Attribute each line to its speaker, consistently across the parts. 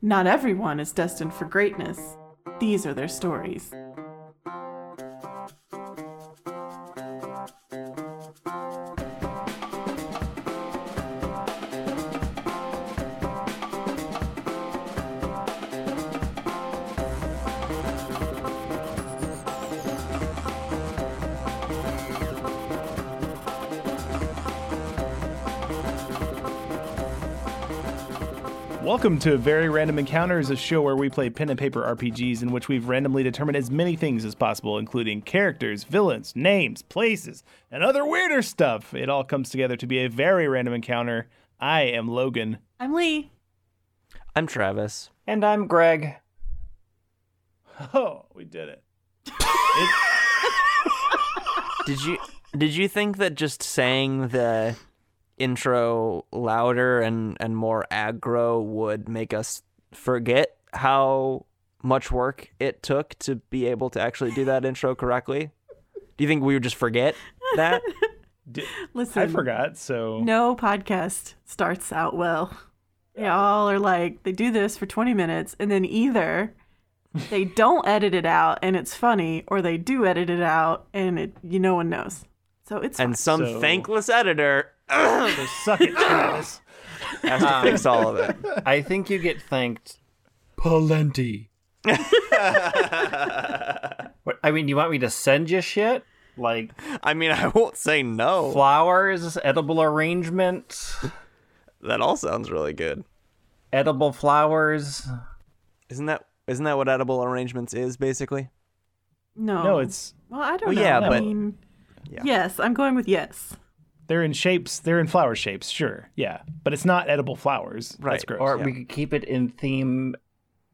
Speaker 1: Not everyone is destined for greatness. These are their stories.
Speaker 2: Welcome to Very Random Encounters, a show where we play pen and paper RPGs in which we've randomly determined as many things as possible, including characters, villains, names, places, and other weirder stuff. It all comes together to be a very random encounter. I am Logan.
Speaker 1: I'm Lee.
Speaker 3: I'm Travis.
Speaker 4: And I'm Greg.
Speaker 2: Oh, we did it.
Speaker 3: Did you did you think that just saying the intro louder and and more aggro would make us forget how much work it took to be able to actually do that intro correctly? Do you think we would just forget that?
Speaker 2: Di-
Speaker 1: Listen,
Speaker 2: I forgot, so
Speaker 1: no podcast starts out well. They all are like, they do this for 20 minutes, and then either they don't edit it out and it's funny, or they do edit it out and it, you, no one knows. So it's
Speaker 3: And some
Speaker 2: So-
Speaker 3: thankless editor
Speaker 2: so suck it, Travis.
Speaker 3: has to fix all of it.
Speaker 4: I think you get thanked.
Speaker 5: Plenty.
Speaker 4: What- I mean, you want me to send you shit? Like
Speaker 3: I mean, I won't say no.
Speaker 4: flowers, edible arrangements,
Speaker 3: That all sounds really good.
Speaker 4: edible flowers.
Speaker 3: Isn't that isn't that what edible arrangements is basically?
Speaker 1: no.
Speaker 2: No, it's
Speaker 1: Well, I don't
Speaker 3: Well,
Speaker 1: know.
Speaker 3: yeah,
Speaker 1: I
Speaker 3: but-
Speaker 1: mean,
Speaker 3: Yeah.
Speaker 1: yes, I'm going with yes.
Speaker 2: they're in shapes, they're in flower shapes, sure, yeah, but it's not edible flowers. That's
Speaker 3: Right,
Speaker 2: gross.
Speaker 4: Or
Speaker 3: Yeah.
Speaker 4: we could keep it in theme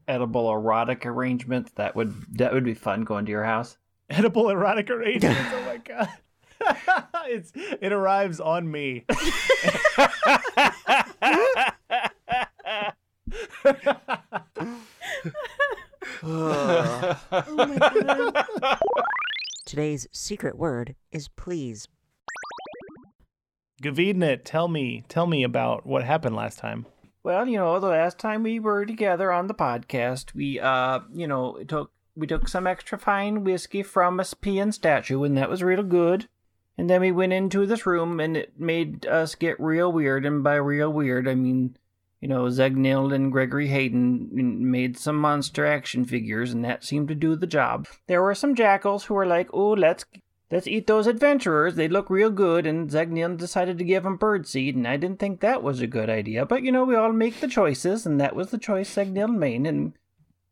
Speaker 4: edible erotic arrangements. That would that would be fun going to your house.
Speaker 2: edible erotic arrangements. oh my god. it's it arrives on me.
Speaker 6: Today's secret word is please.
Speaker 2: Gavidnet, tell me, tell me about what happened last time.
Speaker 4: Well, you know, the last time we were together on the podcast, we uh, you know, took we took some extra fine whiskey from a peon statue, and that was real good. And then we went into this room, and it made us get real weird. And by real weird, I mean, you know, Zeg Nild and Gregory Hayden made some monster action figures, and that seemed to do the job. There were some jackals who were like, "Oh, let's Let's eat those adventurers. They look real good. And Zegniel decided to give them birdseed, and I didn't think that was a good idea. But you know, we all make the choices, and that was the choice Zegniel made, and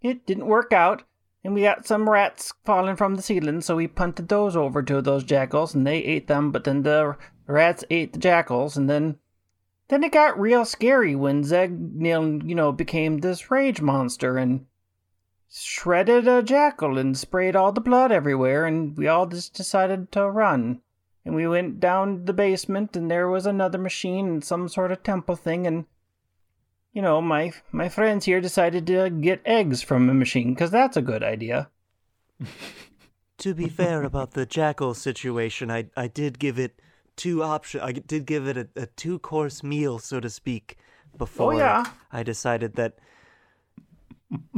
Speaker 4: it didn't work out. And we got some rats falling from the ceiling, so we punted those over to those jackals, and they ate them. But then the rats ate the jackals, and then then it got real scary when Zegniel, you know, became this rage monster, and shredded a jackal and sprayed all the blood everywhere, and we all just decided to run. And we went down the basement, and there was another machine and some sort of temple thing, and you know, my my friends here decided to get eggs from a machine because that's a good idea.
Speaker 7: to be fair about the jackal situation, I I did give it two option. I did give it a, a two course meal, so to speak, before
Speaker 4: yeah.
Speaker 7: I decided that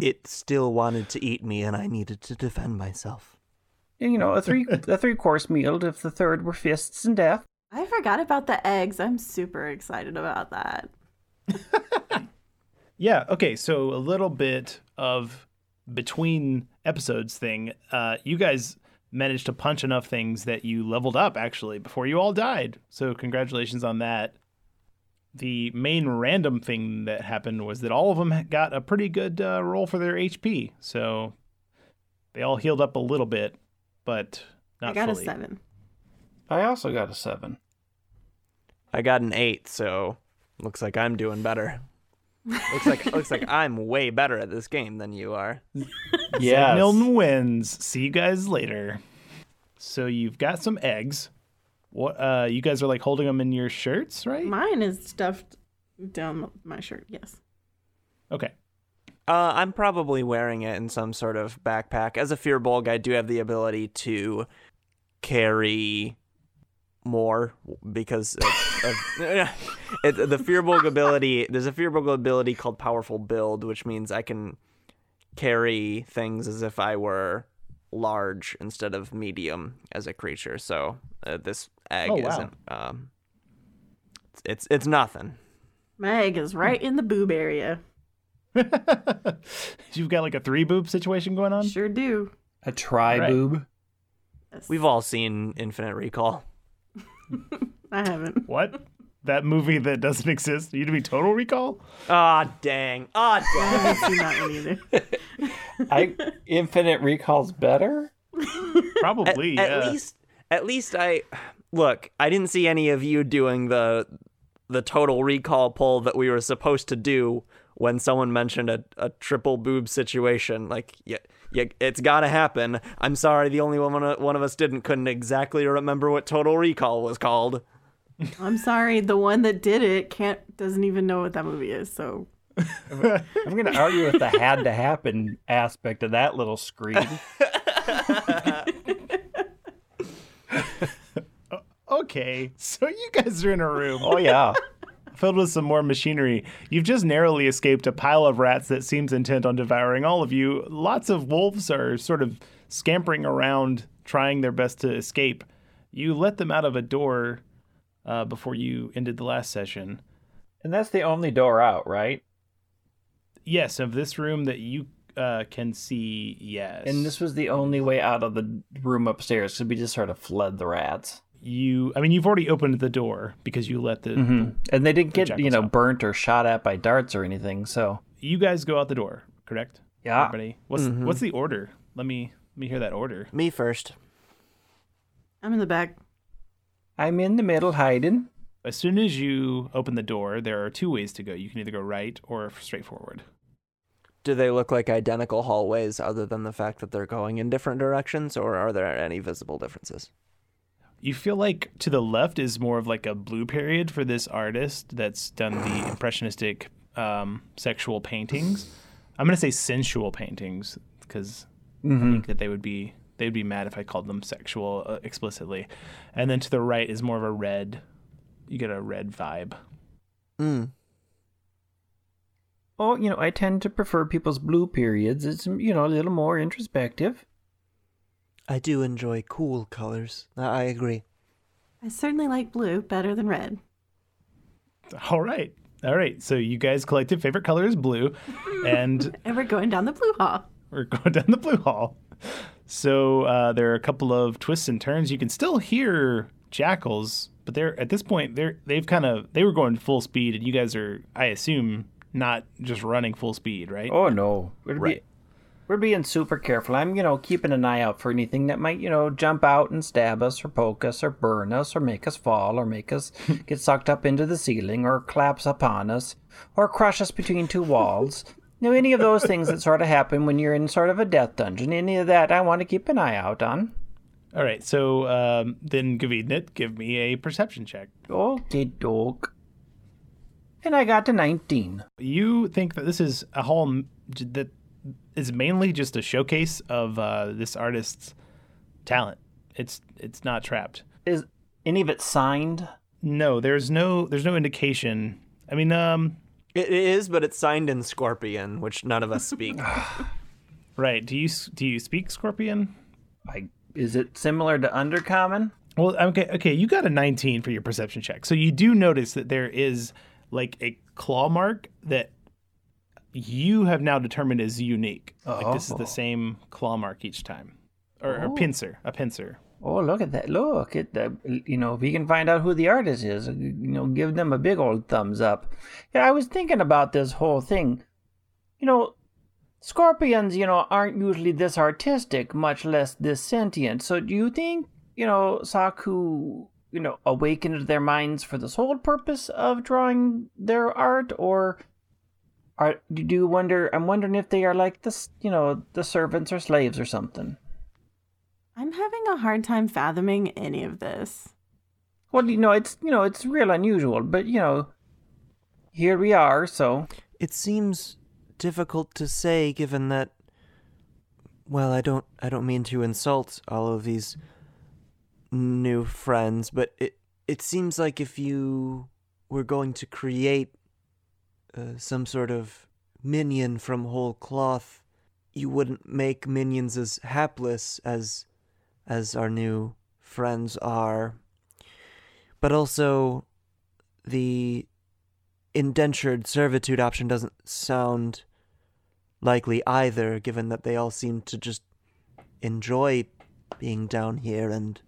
Speaker 7: it still wanted to eat me, and I needed to defend myself.
Speaker 4: And, you know, a three a three course meal if the third were fists and death.
Speaker 1: I forgot about the eggs. I'm super excited about that.
Speaker 2: Yeah, okay, so a little bit of between episodes thing. Uh you guys managed to punch enough things that you leveled up actually before you all died. So congratulations on that. The main random thing that happened was that all of them got a pretty good uh, roll for their HP. So they all healed up a little bit, but not
Speaker 1: I got
Speaker 2: fully.
Speaker 1: a seven.
Speaker 4: I also got a seven.
Speaker 3: I got an eight, so looks like I'm doing better. looks like looks like I'm way better at this game than you are.
Speaker 4: Yeah.
Speaker 2: Milton wins. See you guys later. So you've got some eggs. What? Uh, you guys are like holding them in your shirts, right?
Speaker 1: Mine is stuffed down my shirt. Yes.
Speaker 2: Okay.
Speaker 3: Uh, I'm probably wearing it in some sort of backpack. As a fear bulg, I do have the ability to carry more because of, of it, the fearbog ability. There's a fearbog ability called Powerful Build, which means I can carry things as if I were large instead of medium as a creature. So uh, this egg
Speaker 2: Oh, wow.
Speaker 3: isn't. Um, it's, it's it's nothing.
Speaker 1: Meg is right in the boob area.
Speaker 2: You've got like a three boob situation going on.
Speaker 1: Sure do.
Speaker 4: A tri boob.
Speaker 3: We've all seen Infinite Recall.
Speaker 1: I haven't.
Speaker 2: What? That movie that doesn't exist? You to be Total Recall?
Speaker 3: Ah, dang. Ah,
Speaker 1: I
Speaker 3: dang.
Speaker 1: haven't seen that one either.
Speaker 4: I infinite recalls better.
Speaker 2: Probably.
Speaker 3: at,
Speaker 2: yeah.
Speaker 3: at least at least I look, I didn't see any of you doing the the total recall poll that we were supposed to do when someone mentioned a, a triple boob situation. Like yeah, yeah, it's gotta happen. I'm sorry the only one one of us didn't couldn't exactly remember what total recall was called.
Speaker 1: I'm sorry, the one that did it can't doesn't even know what that movie is. So
Speaker 4: I'm going to argue with the had to happen aspect of that little screed.
Speaker 2: Okay, so you guys are in a room
Speaker 4: Oh yeah.
Speaker 2: filled with some more machinery. You've just narrowly escaped a pile of rats that seems intent on devouring all of you. Lots of wolves are sort of scampering around, trying their best to escape. You let them out of a door uh, before you ended the last session.
Speaker 4: And that's the only door out, right?
Speaker 2: Yes, of this room that you uh, can see, yes.
Speaker 4: And this was the only way out of the room upstairs because we just sort of fled the rats.
Speaker 2: you, I mean, you've already opened the door because you let the
Speaker 4: Mm-hmm. And they didn't get,
Speaker 2: Jack
Speaker 4: you
Speaker 2: was
Speaker 4: know,
Speaker 2: out.
Speaker 4: burnt or shot at by darts or anything. So,
Speaker 2: you guys go out the door, correct?
Speaker 4: Yeah.
Speaker 2: Everybody, what's what's the order? Let me let me hear that order.
Speaker 3: Me first.
Speaker 1: I'm in the back.
Speaker 4: I'm in the middle hiding.
Speaker 2: As soon as you open the door, there are two ways to go. You can either go right or straight forward.
Speaker 3: Do they look like identical hallways other than the fact that they're going in different directions or are there any visible differences?
Speaker 2: You feel like to the left is more of like a blue period for this artist that's done the impressionistic um, sexual paintings. I'm gonna say sensual paintings because
Speaker 4: Mm-hmm.
Speaker 2: I think that they would be they'd be mad if I called them sexual uh, explicitly. And then to the right is more of a red. You get a red vibe.
Speaker 7: Hmm.
Speaker 3: Mm.
Speaker 4: Oh, you know, I tend to prefer people's blue periods. It's, you know, a little more introspective.
Speaker 7: I do enjoy cool colors. I- I agree.
Speaker 1: I certainly like blue better than red.
Speaker 2: All right, all right. So you guys collected favorite color is blue, and
Speaker 1: And we're going down the blue hall.
Speaker 2: we're going down the blue hall. So uh, there are a couple of twists and turns. You can still hear jackals, but they're at this point they're they've kind of they were going full speed, and you guys are, I assume, not just running full speed, right?
Speaker 4: Oh, no. We're,
Speaker 2: Right.
Speaker 4: be, we're being super careful. I'm, you know, keeping an eye out for anything that might, you know, jump out and stab us or poke us or burn us or make us fall or make us get sucked up into the ceiling or collapse upon us or crush us between two walls. You know, any of those things that sort of happen when you're in sort of a death dungeon, any of that I want to keep an eye out on.
Speaker 2: All right. So um, then, Gavidnit, give me a perception check.
Speaker 4: Okay, dog. And I got to 19.
Speaker 2: You think that this is a hall m- j- that is mainly just a showcase of uh, this artist's talent. It's it's not trapped.
Speaker 4: Is any of it signed?
Speaker 2: No, there's no there's no indication. I mean, um,
Speaker 3: It is, but it's signed in Scorpion, which none of us speak.
Speaker 2: Right. Do you do you speak Scorpion?
Speaker 4: I, is it similar to Undercommon?
Speaker 2: Well, okay, okay. You got a 19 for your perception check, so you do notice that there is like a claw mark that you have now determined is unique. Like this is the same claw mark each time, or a pincer, a pincer.
Speaker 4: Oh, look at that! Look at that! You know, if we can find out who the artist is, uh, you know, give them a big old thumbs up. Yeah, I was thinking about this whole thing. You know, scorpions, you know, aren't usually this artistic, much less this sentient. So, do you think, you know, Saku, you know, awakened their minds for the sole purpose of drawing their art, or are do you wonder? I'm wondering if they are like this, you know, the servants or slaves or something.
Speaker 1: I'm having a hard time fathoming any of this.
Speaker 4: Well, you know, it's you know, it's real unusual, but you know, here we are. So
Speaker 7: It seems difficult to say given that well, I don't I don't mean to insult all of these new friends, but it it seems like if you were going to create uh, some sort of minion from whole cloth, you wouldn't make minions as hapless as as our new friends are. But also, the indentured servitude option doesn't sound likely either, given that they all seem to just enjoy being down here and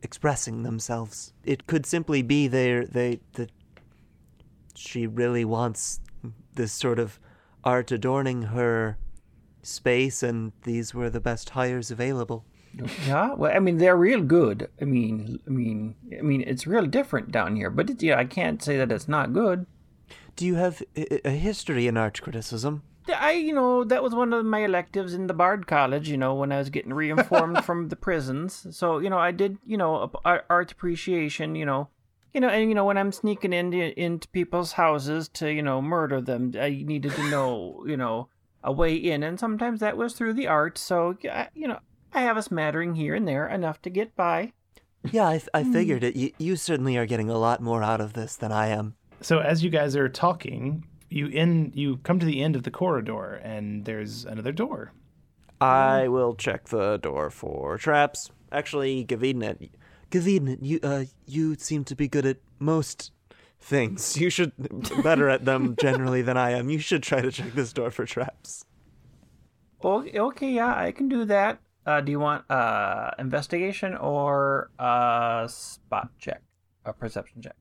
Speaker 7: expressing themselves. It could simply be they they that she really wants this sort of art adorning her space, and these were the best hires available.
Speaker 4: Yeah, well, I mean, they're real good. I mean, I mean, I mean, it's real different down here, but it, yeah, I can't say that it's not good.
Speaker 7: Do you have a, a history in art criticism?
Speaker 4: I, you know, that was one of my electives in the Bard College, you know, when I was getting reinformed from the prisons. So, you know, I did, you know, a- a- art appreciation, you know, you know, and you know, when I'm sneaking into into people's houses to, you know, murder them, I needed to know, you know, a way in, and sometimes that was through the art. So, I- you know, I have a smattering here and there, enough to get by.
Speaker 7: Yeah, I, f- I figured it. You, you certainly are getting a lot more out of this than I am.
Speaker 2: So as you guys are talking, you in you come to the end of the corridor, and there's another door. Mm.
Speaker 3: I will check the door for traps. Actually, Gavidnet,
Speaker 7: Gavidin, you uh, you seem to be good at most things. You should better at them generally than I am. You should try to check this door for traps.
Speaker 4: O- Okay, yeah, I can do that. Uh, do you want uh, investigation or a spot check, a perception check?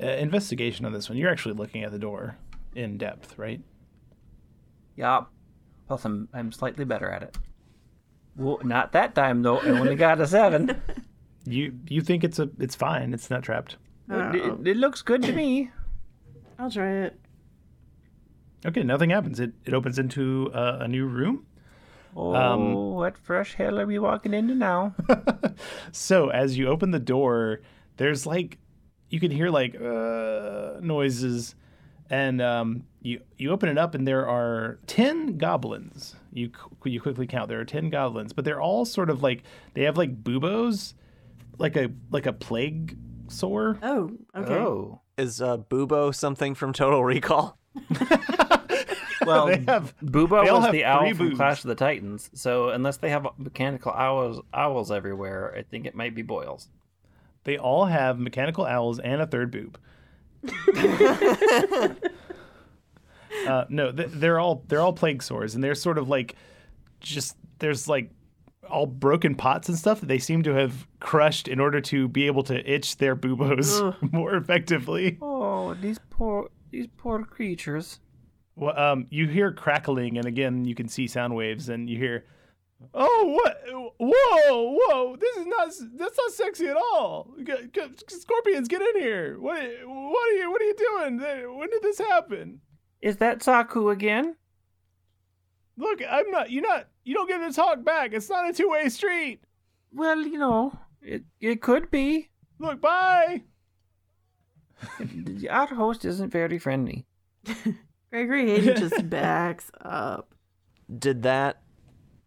Speaker 2: Uh, investigation on this one. You're actually looking at the door in depth, right?
Speaker 4: Yeah. Plus, I'm I'm slightly better at it. Well, not that time though. I only got a seven.
Speaker 2: You you think it's a it's fine. It's not trapped.
Speaker 4: It- it, it looks good to me.
Speaker 1: I'll try it.
Speaker 2: Okay, nothing happens. It it opens into uh, a new room.
Speaker 4: Oh, what fresh hell are we walking into now?
Speaker 2: So as you open the door, there's like you can hear like uh, noises, and um, you you open it up and there are ten goblins. You qu- you quickly count there are ten goblins, but they're all sort of like they have like buboes, like a like a plague sore.
Speaker 1: Oh, okay.
Speaker 4: Oh,
Speaker 3: is uh, Bubo something from Total Recall?
Speaker 4: well,
Speaker 2: They have
Speaker 4: Booba
Speaker 2: they all
Speaker 4: was
Speaker 2: have
Speaker 4: the owl
Speaker 2: three
Speaker 4: from
Speaker 2: boobs.
Speaker 4: Clash of the Titans. So unless they have mechanical owls owls everywhere, I think it might be boils.
Speaker 2: They all have mechanical owls and a third boob. uh, no, th- they're all they're all plague sores, and they're sort of like just there's like all broken pots and stuff that they seem to have crushed in order to be able to itch their buboes more effectively.
Speaker 4: Oh, these poor these poor creatures.
Speaker 2: Well, um, you hear crackling, and again you can see sound waves, and you hear, "Oh, what? Whoa, whoa! This is not that's not sexy at all. G- g- Scorpions, get in here! What? What are you? What are you doing? Th- When did this happen?
Speaker 4: Is that Saku again?
Speaker 2: Look, I'm not. You're not. You don't get to talk back. It's not a two way street.
Speaker 4: Well, you know, it it could be.
Speaker 2: Look, bye."
Speaker 4: The our host isn't very friendly.
Speaker 1: Gregory Hayden just backs up.
Speaker 3: Did that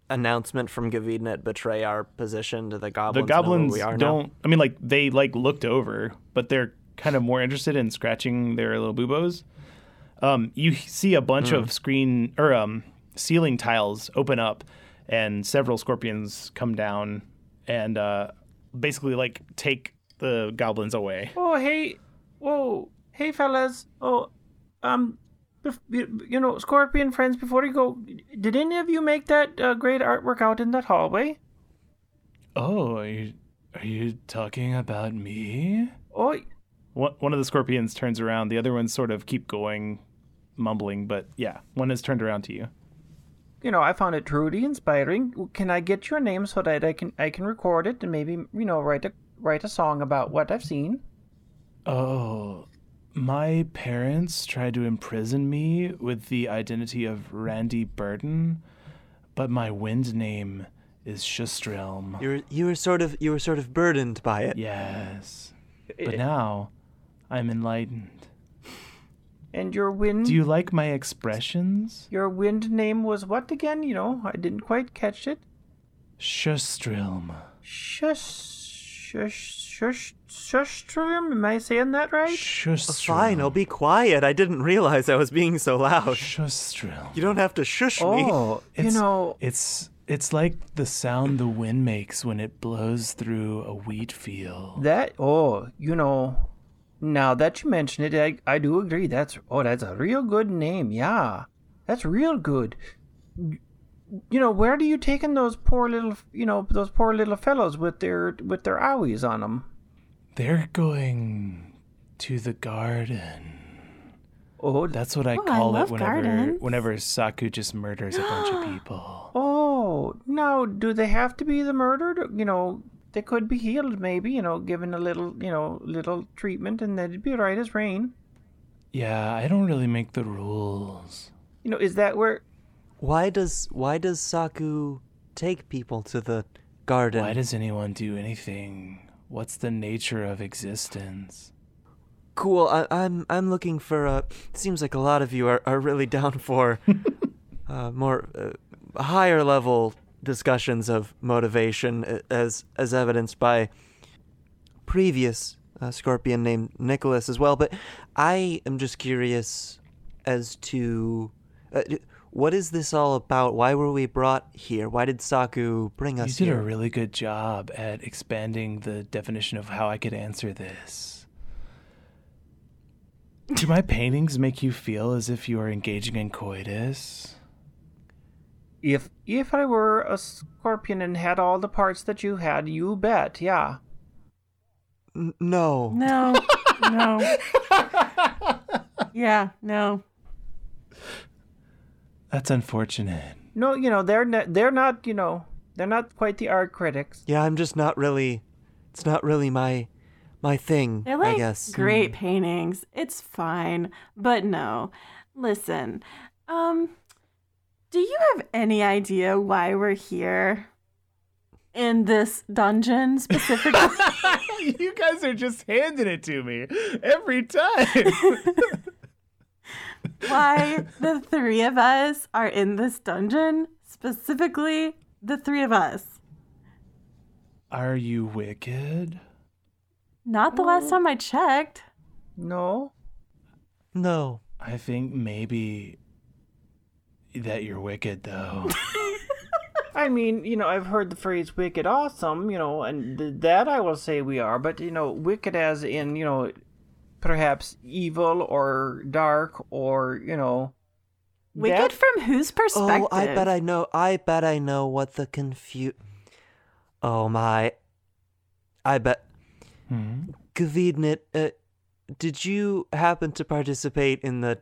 Speaker 3: announcement from Gavidnet betray our position to the
Speaker 2: The
Speaker 3: goblins? know where
Speaker 2: goblins
Speaker 3: we are now?
Speaker 2: don't. I mean, like they like looked over, but they're kind of more interested in scratching their little buboes. Um, you h- see a bunch of screen or um, ceiling tiles open up, and several scorpions come down and uh, basically like take the goblins away.
Speaker 4: Oh, hey, whoa, hey, fellas. Oh, um, bef- you you know, Scorpion friends. Before you go, did any of you make that uh, great artwork out in that hallway?
Speaker 2: Oh, are you, are you talking about me?
Speaker 4: Oh,
Speaker 2: One one of the scorpions turns around. The other ones sort of keep going, mumbling. But yeah, one has turned around to you.
Speaker 4: you know, I found it truly inspiring. Can I get your name so that I can I can record it and maybe you know write a write a song about what I've seen?
Speaker 2: Oh, my parents tried to imprison me with the identity of Randy Burton, but my wind name is Shustrelm.
Speaker 7: You were you were sort of you were sort of burdened by it.
Speaker 2: Yes.
Speaker 4: Eh,
Speaker 2: But now I'm enlightened.
Speaker 4: And your
Speaker 7: Hmm?
Speaker 4: wind
Speaker 2: Do you like my expressions?
Speaker 4: your wind name was what again? You know, I didn't quite catch it.
Speaker 2: Shustrelm.
Speaker 4: Shush, shush, Shush, Shustrum? Am I saying that right?
Speaker 7: Fine, I'll be quiet. I didn't realize I was being so loud.
Speaker 2: Shustril.
Speaker 7: You don't have to shush me.
Speaker 4: Oh, you
Speaker 2: It's-
Speaker 4: know,
Speaker 2: it's it's like the sound the wind makes when it blows through a wheat field.
Speaker 4: that, oh, you know, now that you mention it, I, I do agree. That's, oh, that's a real good name. Yeah, that's real good. You know, where do you taking those poor little, you know, those poor little fellows with their, with their owies on them?
Speaker 2: They're going to the garden.
Speaker 4: Oh,
Speaker 2: That's what I
Speaker 1: Oh, I
Speaker 2: call it
Speaker 1: love
Speaker 2: whenever
Speaker 1: gardens.
Speaker 2: whenever Saku just murders a bunch of people.
Speaker 4: Oh, now do they have to be the murdered? You know, they could be healed, maybe. You know, given a little, you know, little treatment, and they'd be right as rain.
Speaker 2: Yeah, I don't really make the rules.
Speaker 4: You know, is that where?
Speaker 7: Why does why does Saku take people to the garden?
Speaker 2: Why does anyone do anything? What's the nature of existence?
Speaker 7: cool. I, I'm I'm looking for a. Seems like a lot of you are, are really down for uh, more uh, higher level discussions of motivation, a- as as evidenced by previous uh, scorpion named Nicholas as well. But I am just curious as to uh, d- what is this all about? Why were we brought here? Why did Saku bring
Speaker 2: You
Speaker 7: us
Speaker 2: did a
Speaker 7: here?
Speaker 2: really good job at expanding the definition of how I could answer this. Do my paintings make you feel as if you are engaging in coitus?
Speaker 4: If if I were a scorpion and had all the parts that you had, you bet, yeah.
Speaker 7: N- no.
Speaker 1: No, no. Yeah, no.
Speaker 2: That's unfortunate.
Speaker 4: No, you know, they're ne- they're not, you know, they're not quite the art critics.
Speaker 7: Yeah, I'm just not really. It's not really my my thing.
Speaker 1: They're like
Speaker 7: I guess. Mm-hmm.
Speaker 1: great paintings. It's fine, but no. Listen, um, do you have any idea why we're here in this dungeon specifically?
Speaker 2: you guys are just handing it to me every time.
Speaker 1: why the three of us are in this dungeon specifically? The three of us.
Speaker 2: are you wicked?
Speaker 1: Not the
Speaker 7: Oh.
Speaker 1: last time I checked.
Speaker 4: No,
Speaker 7: Mm-hmm. No.
Speaker 2: I think maybe that you're wicked, though.
Speaker 4: I mean, you know, I've heard the phrase "wicked awesome," you know, and th- that I will say we are, but you know, wicked as in you know, perhaps evil or dark or you know,
Speaker 1: Wicked
Speaker 4: that-
Speaker 1: from whose perspective?
Speaker 7: Oh, I bet I know. I bet I know what the confu. Oh my. I bet.
Speaker 2: Hmm?
Speaker 7: Gavidnit, uh, did you happen to participate in the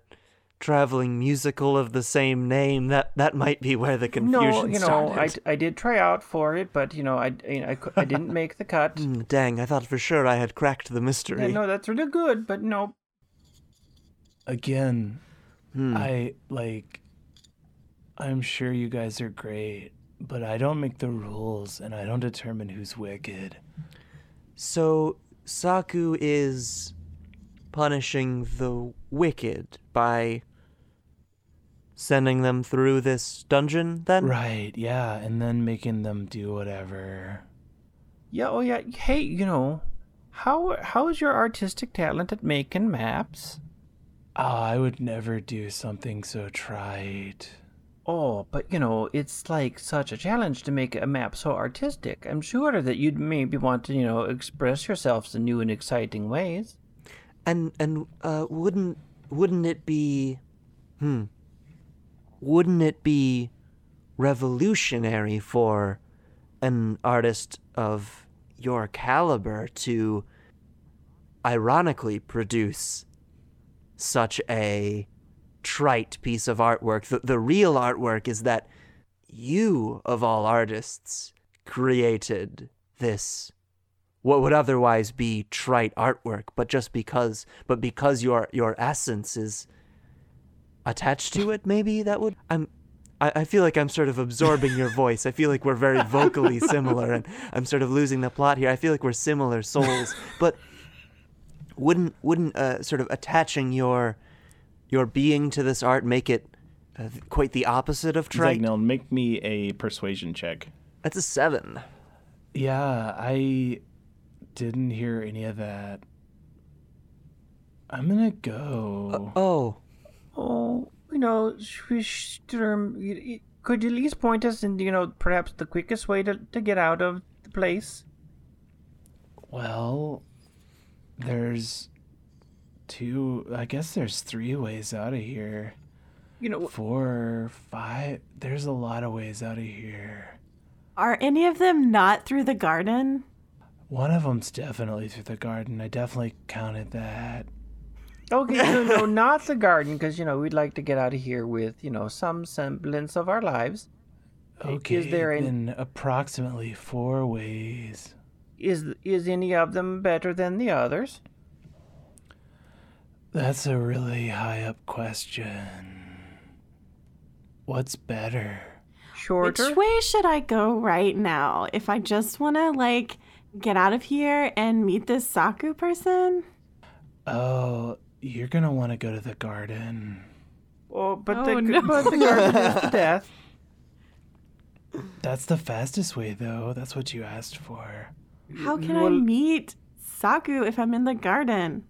Speaker 7: traveling musical of the same name? That that might be where the confusion
Speaker 4: no, you know, I,
Speaker 7: started.
Speaker 4: I did try out for it, but you know, I I, I cou- I didn't make the cut.
Speaker 7: Hmm, dang, I thought for sure I had cracked the
Speaker 4: Yeah,
Speaker 7: mystery.
Speaker 4: no, that's really good, but no,
Speaker 2: Again,
Speaker 7: Hmm.
Speaker 2: I like. I'm sure you guys are great, but I don't make the rules and I don't determine who's wicked.
Speaker 7: So Saku is punishing the wicked by sending them through this dungeon then?
Speaker 2: Right, yeah, and then making them do whatever.
Speaker 4: yeah, oh yeah, hey, you know, how how is your artistic talent at making maps?
Speaker 2: Oh, I would never do something so trite.
Speaker 4: Oh, but you know, it's like such a challenge to make a map so artistic. I'm sure that you'd maybe want to, you know, express yourselves in new and exciting ways.
Speaker 7: And and uh wouldn't wouldn't it be hmm wouldn't it be revolutionary for an artist of your caliber to ironically produce such a trite piece of artwork. The, the real artwork is that you, of all artists, created this what would otherwise be trite artwork, but just because but because your your essence is attached to it, maybe that would I'm I, I feel like I'm sort of absorbing your voice. I feel like we're very vocally similar and I'm sort of losing the plot here. I feel like we're similar souls, but wouldn't wouldn't uh, sort of attaching your your being to this art make it uh, quite the opposite of trite?
Speaker 2: Zagnil, make me a persuasion check.
Speaker 7: That's a 7.
Speaker 2: Yeah, I didn't hear any of that. I'm gonna go.
Speaker 4: Uh,
Speaker 7: Oh,
Speaker 4: Oh, you know, Schwisterm, you- you- could you at least point us in, you know, perhaps the quickest way to, to get out of the place?
Speaker 2: Well, there's two. I guess there's three ways out of here.
Speaker 4: You know,
Speaker 2: Four, five. There's a lot of ways out of here.
Speaker 1: Are any of them not through the garden?
Speaker 2: One of them's definitely through the garden. I definitely counted that.
Speaker 4: okay, so no, not the garden, because, you know, we'd like to get out of here with, you know, some semblance of our lives.
Speaker 2: Okay,
Speaker 4: there an-
Speaker 2: then approximately four ways.
Speaker 4: Is is any of them better than the others?
Speaker 2: That's a really high up question. What's better?
Speaker 4: Shorter?
Speaker 1: Which way should I go right now if I just want to like get out of here and meet this Saku person?
Speaker 2: Oh, you're gonna want to go to the garden.
Speaker 4: Oh, but,
Speaker 1: Oh,
Speaker 4: the,
Speaker 1: no.
Speaker 4: but the garden is to death.
Speaker 2: That's the fastest way, though. That's what you asked for.
Speaker 1: How can I
Speaker 4: Well-
Speaker 1: meet Saku if I'm in the garden?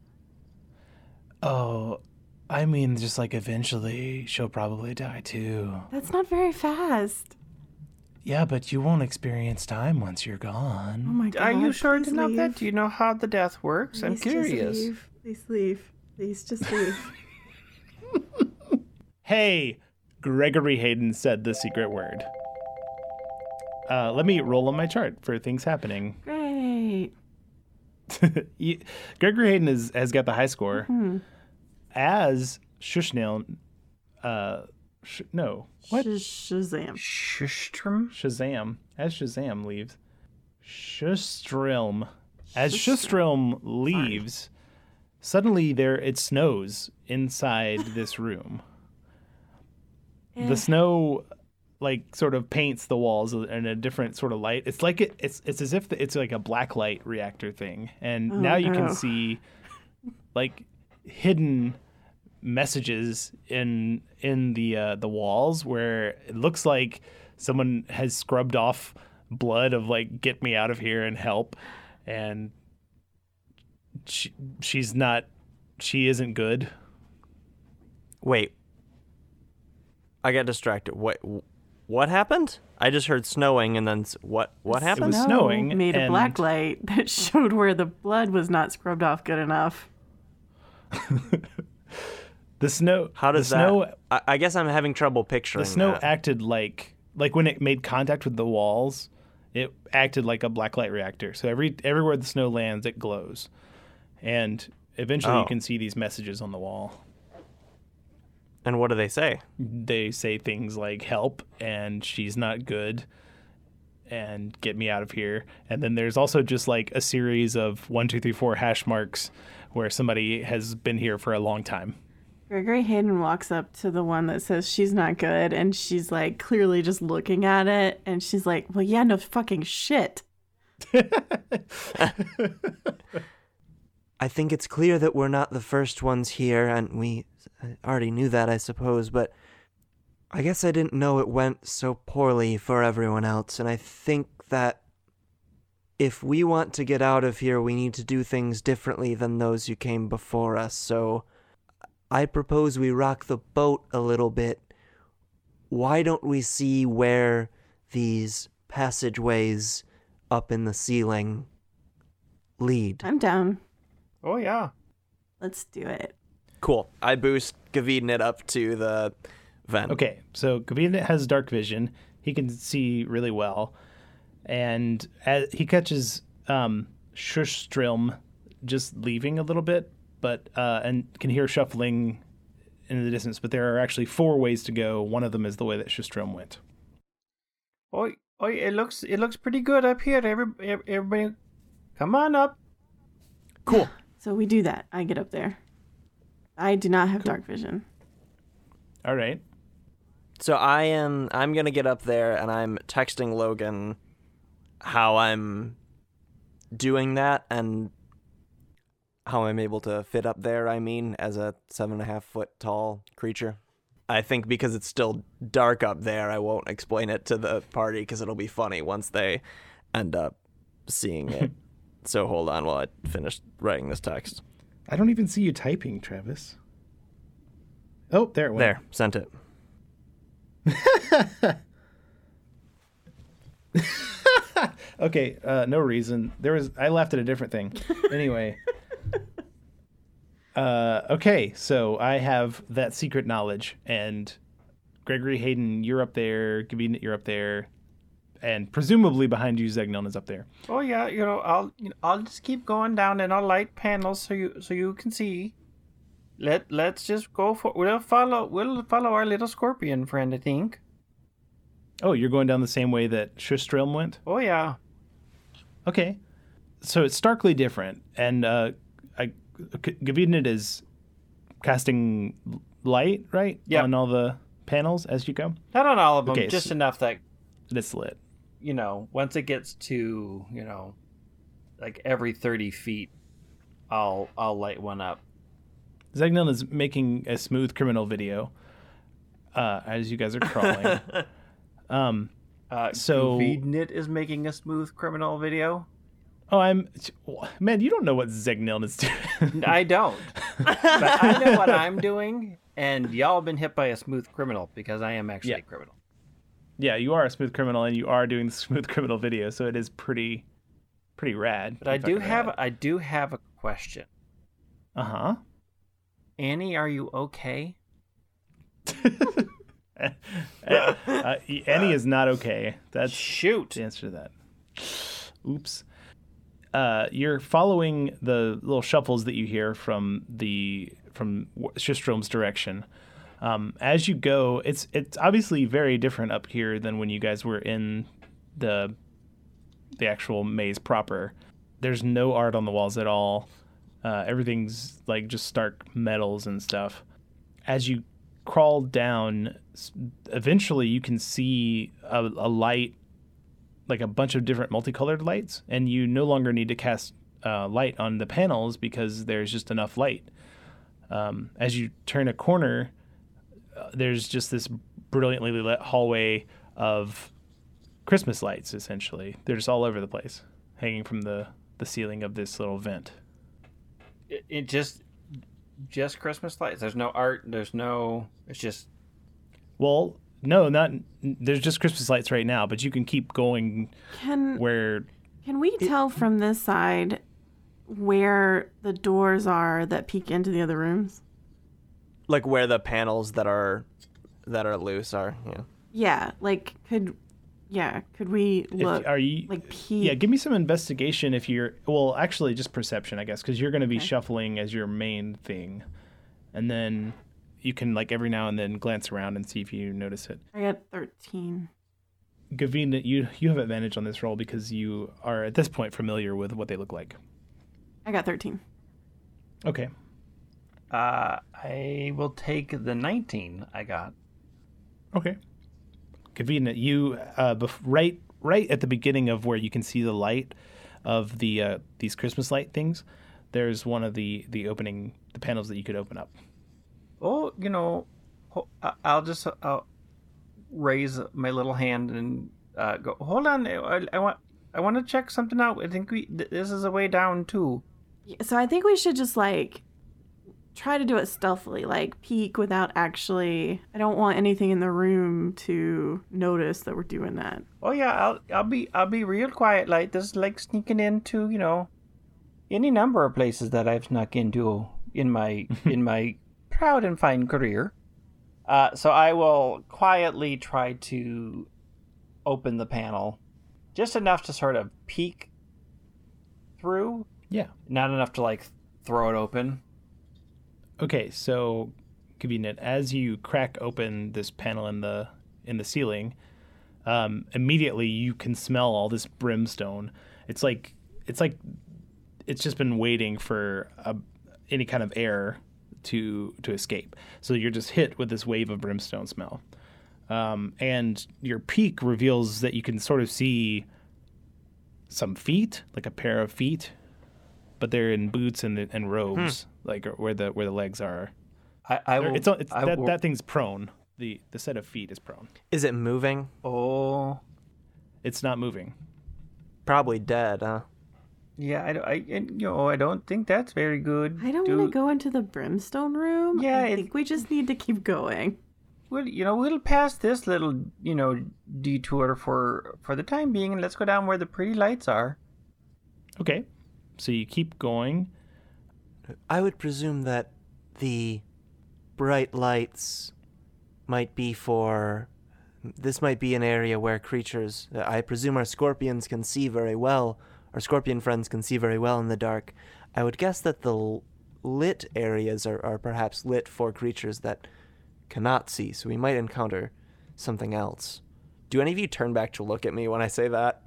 Speaker 2: Oh, I mean, just like eventually she'll probably die too.
Speaker 1: That's not very fast.
Speaker 2: Yeah, but you won't experience time once you're
Speaker 1: Oh
Speaker 2: gone.
Speaker 1: my god.
Speaker 4: Are you certain
Speaker 1: please
Speaker 4: of that?
Speaker 1: leave.
Speaker 4: Do you know how the death works? I'm
Speaker 1: Please just
Speaker 4: curious.
Speaker 1: leave. Please leave. Please just leave.
Speaker 2: Hey, Gregory Hayden said the secret word. Uh, let me roll on my chart for things happening.
Speaker 1: Great.
Speaker 2: You- Gregory Hayden is, has got the high score,
Speaker 1: Hmm.
Speaker 2: as Shushnail. Uh, sh- no, what?
Speaker 1: Sh- Shazam.
Speaker 4: Shustrum?
Speaker 2: Shazam. As Shazam leaves, Shustrilm. As Shustrilm leaves, suddenly there it snows inside this room. The snow, like, sort of paints the walls in a different sort of light. It's like it, it's it's as if it's like a black light reactor thing, and now you
Speaker 1: no.
Speaker 2: can see, like, hidden messages in in the uh, the walls where it looks like someone has scrubbed off blood of like get me out of here and help and she, she's not she isn't good
Speaker 3: Wait. I got distracted. What what happened? I just heard snowing and then s- what what
Speaker 2: it
Speaker 3: happened?
Speaker 2: was snowing
Speaker 1: Made a
Speaker 2: and-
Speaker 1: black light that showed where the blood was not scrubbed off good enough.
Speaker 2: the snow
Speaker 3: How does
Speaker 2: the snow
Speaker 3: that I, I guess I'm having trouble picturing
Speaker 2: the snow
Speaker 3: that.
Speaker 2: acted like like when it made contact with the walls it acted like a black light reactor so every everywhere the snow lands it glows and eventually
Speaker 3: Oh.
Speaker 2: you can see these messages on the wall
Speaker 3: and what do they say?
Speaker 2: they say things like help and she's not good and get me out of here and then there's also just like a series of one two three four hash marks where somebody has been here for a long time
Speaker 1: Gregory Hayden walks up to the one that says she's not good, and she's like clearly just looking at it, and she's like, "Well, yeah, no fucking shit."
Speaker 7: I think it's clear that we're not the first ones here, and we I already knew that, I suppose, but I guess I didn't know it went so poorly for everyone else, and I think that if we want to get out of here, we need to do things differently than those who came before us, so I propose we rock the boat a little bit. Why don't we see where these passageways up in the ceiling lead?
Speaker 1: I'm down.
Speaker 4: Oh, yeah.
Speaker 1: Let's do it.
Speaker 3: Cool. I boost Gavidin it up to the vent.
Speaker 2: Okay, so Kavita has dark vision. He can see really well, and as he catches um, Shushstrilm just leaving a little bit, but uh, and can hear shuffling in the distance. But there are actually four ways to go. One of them is the way that Shushstrilm went.
Speaker 4: Oh, oh, it looks it looks pretty good up here. Every, ev- everybody, come on up.
Speaker 3: Cool.
Speaker 1: So we do that. I get up there. I do not have dark vision.
Speaker 2: All right.
Speaker 3: So I am I'm gonna get up there and I'm texting Logan how I'm doing that and how I'm able to fit up there, I mean, as a seven and a half foot tall creature. I think because it's still dark up there, I won't explain it to the party because it'll be funny once they end up seeing it So hold on while I finish writing this text.
Speaker 2: I don't even see you typing, Travis. Oh, there it went.
Speaker 3: There, sent it.
Speaker 2: Okay, uh, no reason. There was I laughed at a different thing. Anyway. uh, okay, so I have that secret knowledge, and Gregory Hayden, you're up there. Gavinet, you're up there, and presumably behind you, Zegnon is up there.
Speaker 4: Oh yeah, you know, I'll you know, I'll just keep going down and I'll light panels so you so you can see. Let let's just go for we'll follow we'll follow our little scorpion friend, I think.
Speaker 2: Oh, you're going down the same way that Shustrilm went.
Speaker 4: Oh yeah.
Speaker 2: Okay. So it's starkly different, and uh, I, G- Gavinet is casting light, right?
Speaker 4: Yep.
Speaker 2: On all the panels as you go.
Speaker 4: Not on all of them,
Speaker 2: Okay,
Speaker 4: just
Speaker 2: so-
Speaker 4: enough that
Speaker 2: It's lit.
Speaker 4: you know, once it gets to, you know, like every 30 feet, I'll I'll light one up.
Speaker 2: Zegnon is making a smooth criminal video uh, as you guys are crawling. um,
Speaker 4: Uh,
Speaker 2: So-
Speaker 4: Goofy-Knit is making a smooth criminal video.
Speaker 2: oh, I'm man. You don't know what Zegnon is doing.
Speaker 4: I don't. but I know what I'm doing, and y'all been hit by a smooth criminal because I am actually
Speaker 2: Yeah.
Speaker 4: a criminal.
Speaker 2: yeah, you are a smooth criminal, and you are doing the smooth criminal video, so it is pretty, pretty rad.
Speaker 4: But I do have I do have a question.
Speaker 2: Uh huh.
Speaker 4: Annie, are you okay?
Speaker 2: uh, Annie is not okay. That's
Speaker 4: Shoot.
Speaker 2: the answer to that. Oops. Uh, you're following the little shuffles that you hear from the from W- Shistrom's direction. Um, as you go, it's it's obviously very different up here than when you guys were in the the actual maze proper. There's no art on the walls at all. Uh, everything's like just stark metals and stuff. As you crawl down, s- eventually you can see a, a light like a bunch of different multicolored lights, and you no longer need to cast uh, light on the panels because there's just enough light. Um, as you turn a corner, uh, there's just this brilliantly lit hallway of Christmas lights. Essentially, they're just all over the place, hanging from the the ceiling of this little vent.
Speaker 4: It, it just just Christmas lights. There's no art. There's no. It's just
Speaker 2: Well, no, not there's just Christmas lights right now, but you can keep going
Speaker 1: Can
Speaker 2: where
Speaker 1: can we tell from this side where the doors are that peek into the other rooms?
Speaker 3: Like where the panels that are that are loose are. Yeah.
Speaker 1: Yeah, like could yeah, could we
Speaker 2: if-
Speaker 1: look
Speaker 2: are you uh,
Speaker 1: like peek?
Speaker 2: Yeah, give me some investigation if you're. Well, actually, just perception, I guess, because you're going to be shuffling as your main thing, and then you can like every now and then glance around and see if you notice it.
Speaker 1: I got 13.
Speaker 2: Gavin, you you have advantage on this roll because you are at this point familiar with what they look like.
Speaker 1: I got 13.
Speaker 2: Okay.
Speaker 4: Uh, I will take the 19 I got.
Speaker 2: Okay. Convenient. You uh, bef- right right at the beginning of where you can see the light of the uh, these Christmas light things. There's one of the the opening the panels that you could open up.
Speaker 4: Oh, you know, ho- I- I'll just i raise my little hand and uh, go. Hold on, I, I want I want to check something out. I think we th- this is a way down too.
Speaker 1: Yeah, So I think we should just like try to do it stealthily, like peek without actually. I don't want anything in the room to notice that we're doing that.
Speaker 4: Oh yeah, I'll I'll be I'll be real quiet. Like this, is like sneaking into you know, any number of places that I've snuck into in my in my proud and fine career. Uh, so I will quietly try to open the panel, just enough to sort of peek through,
Speaker 2: Yeah.
Speaker 4: not enough to like throw it open.
Speaker 2: Okay, so convenient. As you crack open this panel in the in the ceiling, um, immediately you can smell all this brimstone. It's like it's like it's just been waiting for a, any kind of air to to escape. So you're just hit with this wave of brimstone smell, um, and your peak reveals that you can sort of see some feet, like a pair of feet, but they're in boots and and robes, like where the where the legs are.
Speaker 4: I, I will.
Speaker 2: It's, it's
Speaker 4: I
Speaker 2: that,
Speaker 4: will-
Speaker 2: that thing's prone. The the set of feet is prone.
Speaker 3: Is it moving?
Speaker 4: Oh,
Speaker 2: It's not moving.
Speaker 3: Probably dead, huh?
Speaker 4: Yeah, I, don't- I, and, you know, I don't think that's very good.
Speaker 1: I don't
Speaker 4: Do-
Speaker 1: want to go into the brimstone room.
Speaker 4: Yeah,
Speaker 1: I
Speaker 4: it-
Speaker 1: think we just need to keep going.
Speaker 4: Well, you know, we'll pass this little, you know, detour for for the time being, and let's go down where the pretty lights are.
Speaker 2: Okay. So you keep going.
Speaker 7: I would presume that the bright lights might be for. This might be an area where creatures, I presume our scorpions can see very well, our scorpion friends can see very well in the dark. I would guess that the l- lit areas are, are perhaps lit for creatures that cannot see, so we might encounter something else. Do any of you turn back to look at me when I say that?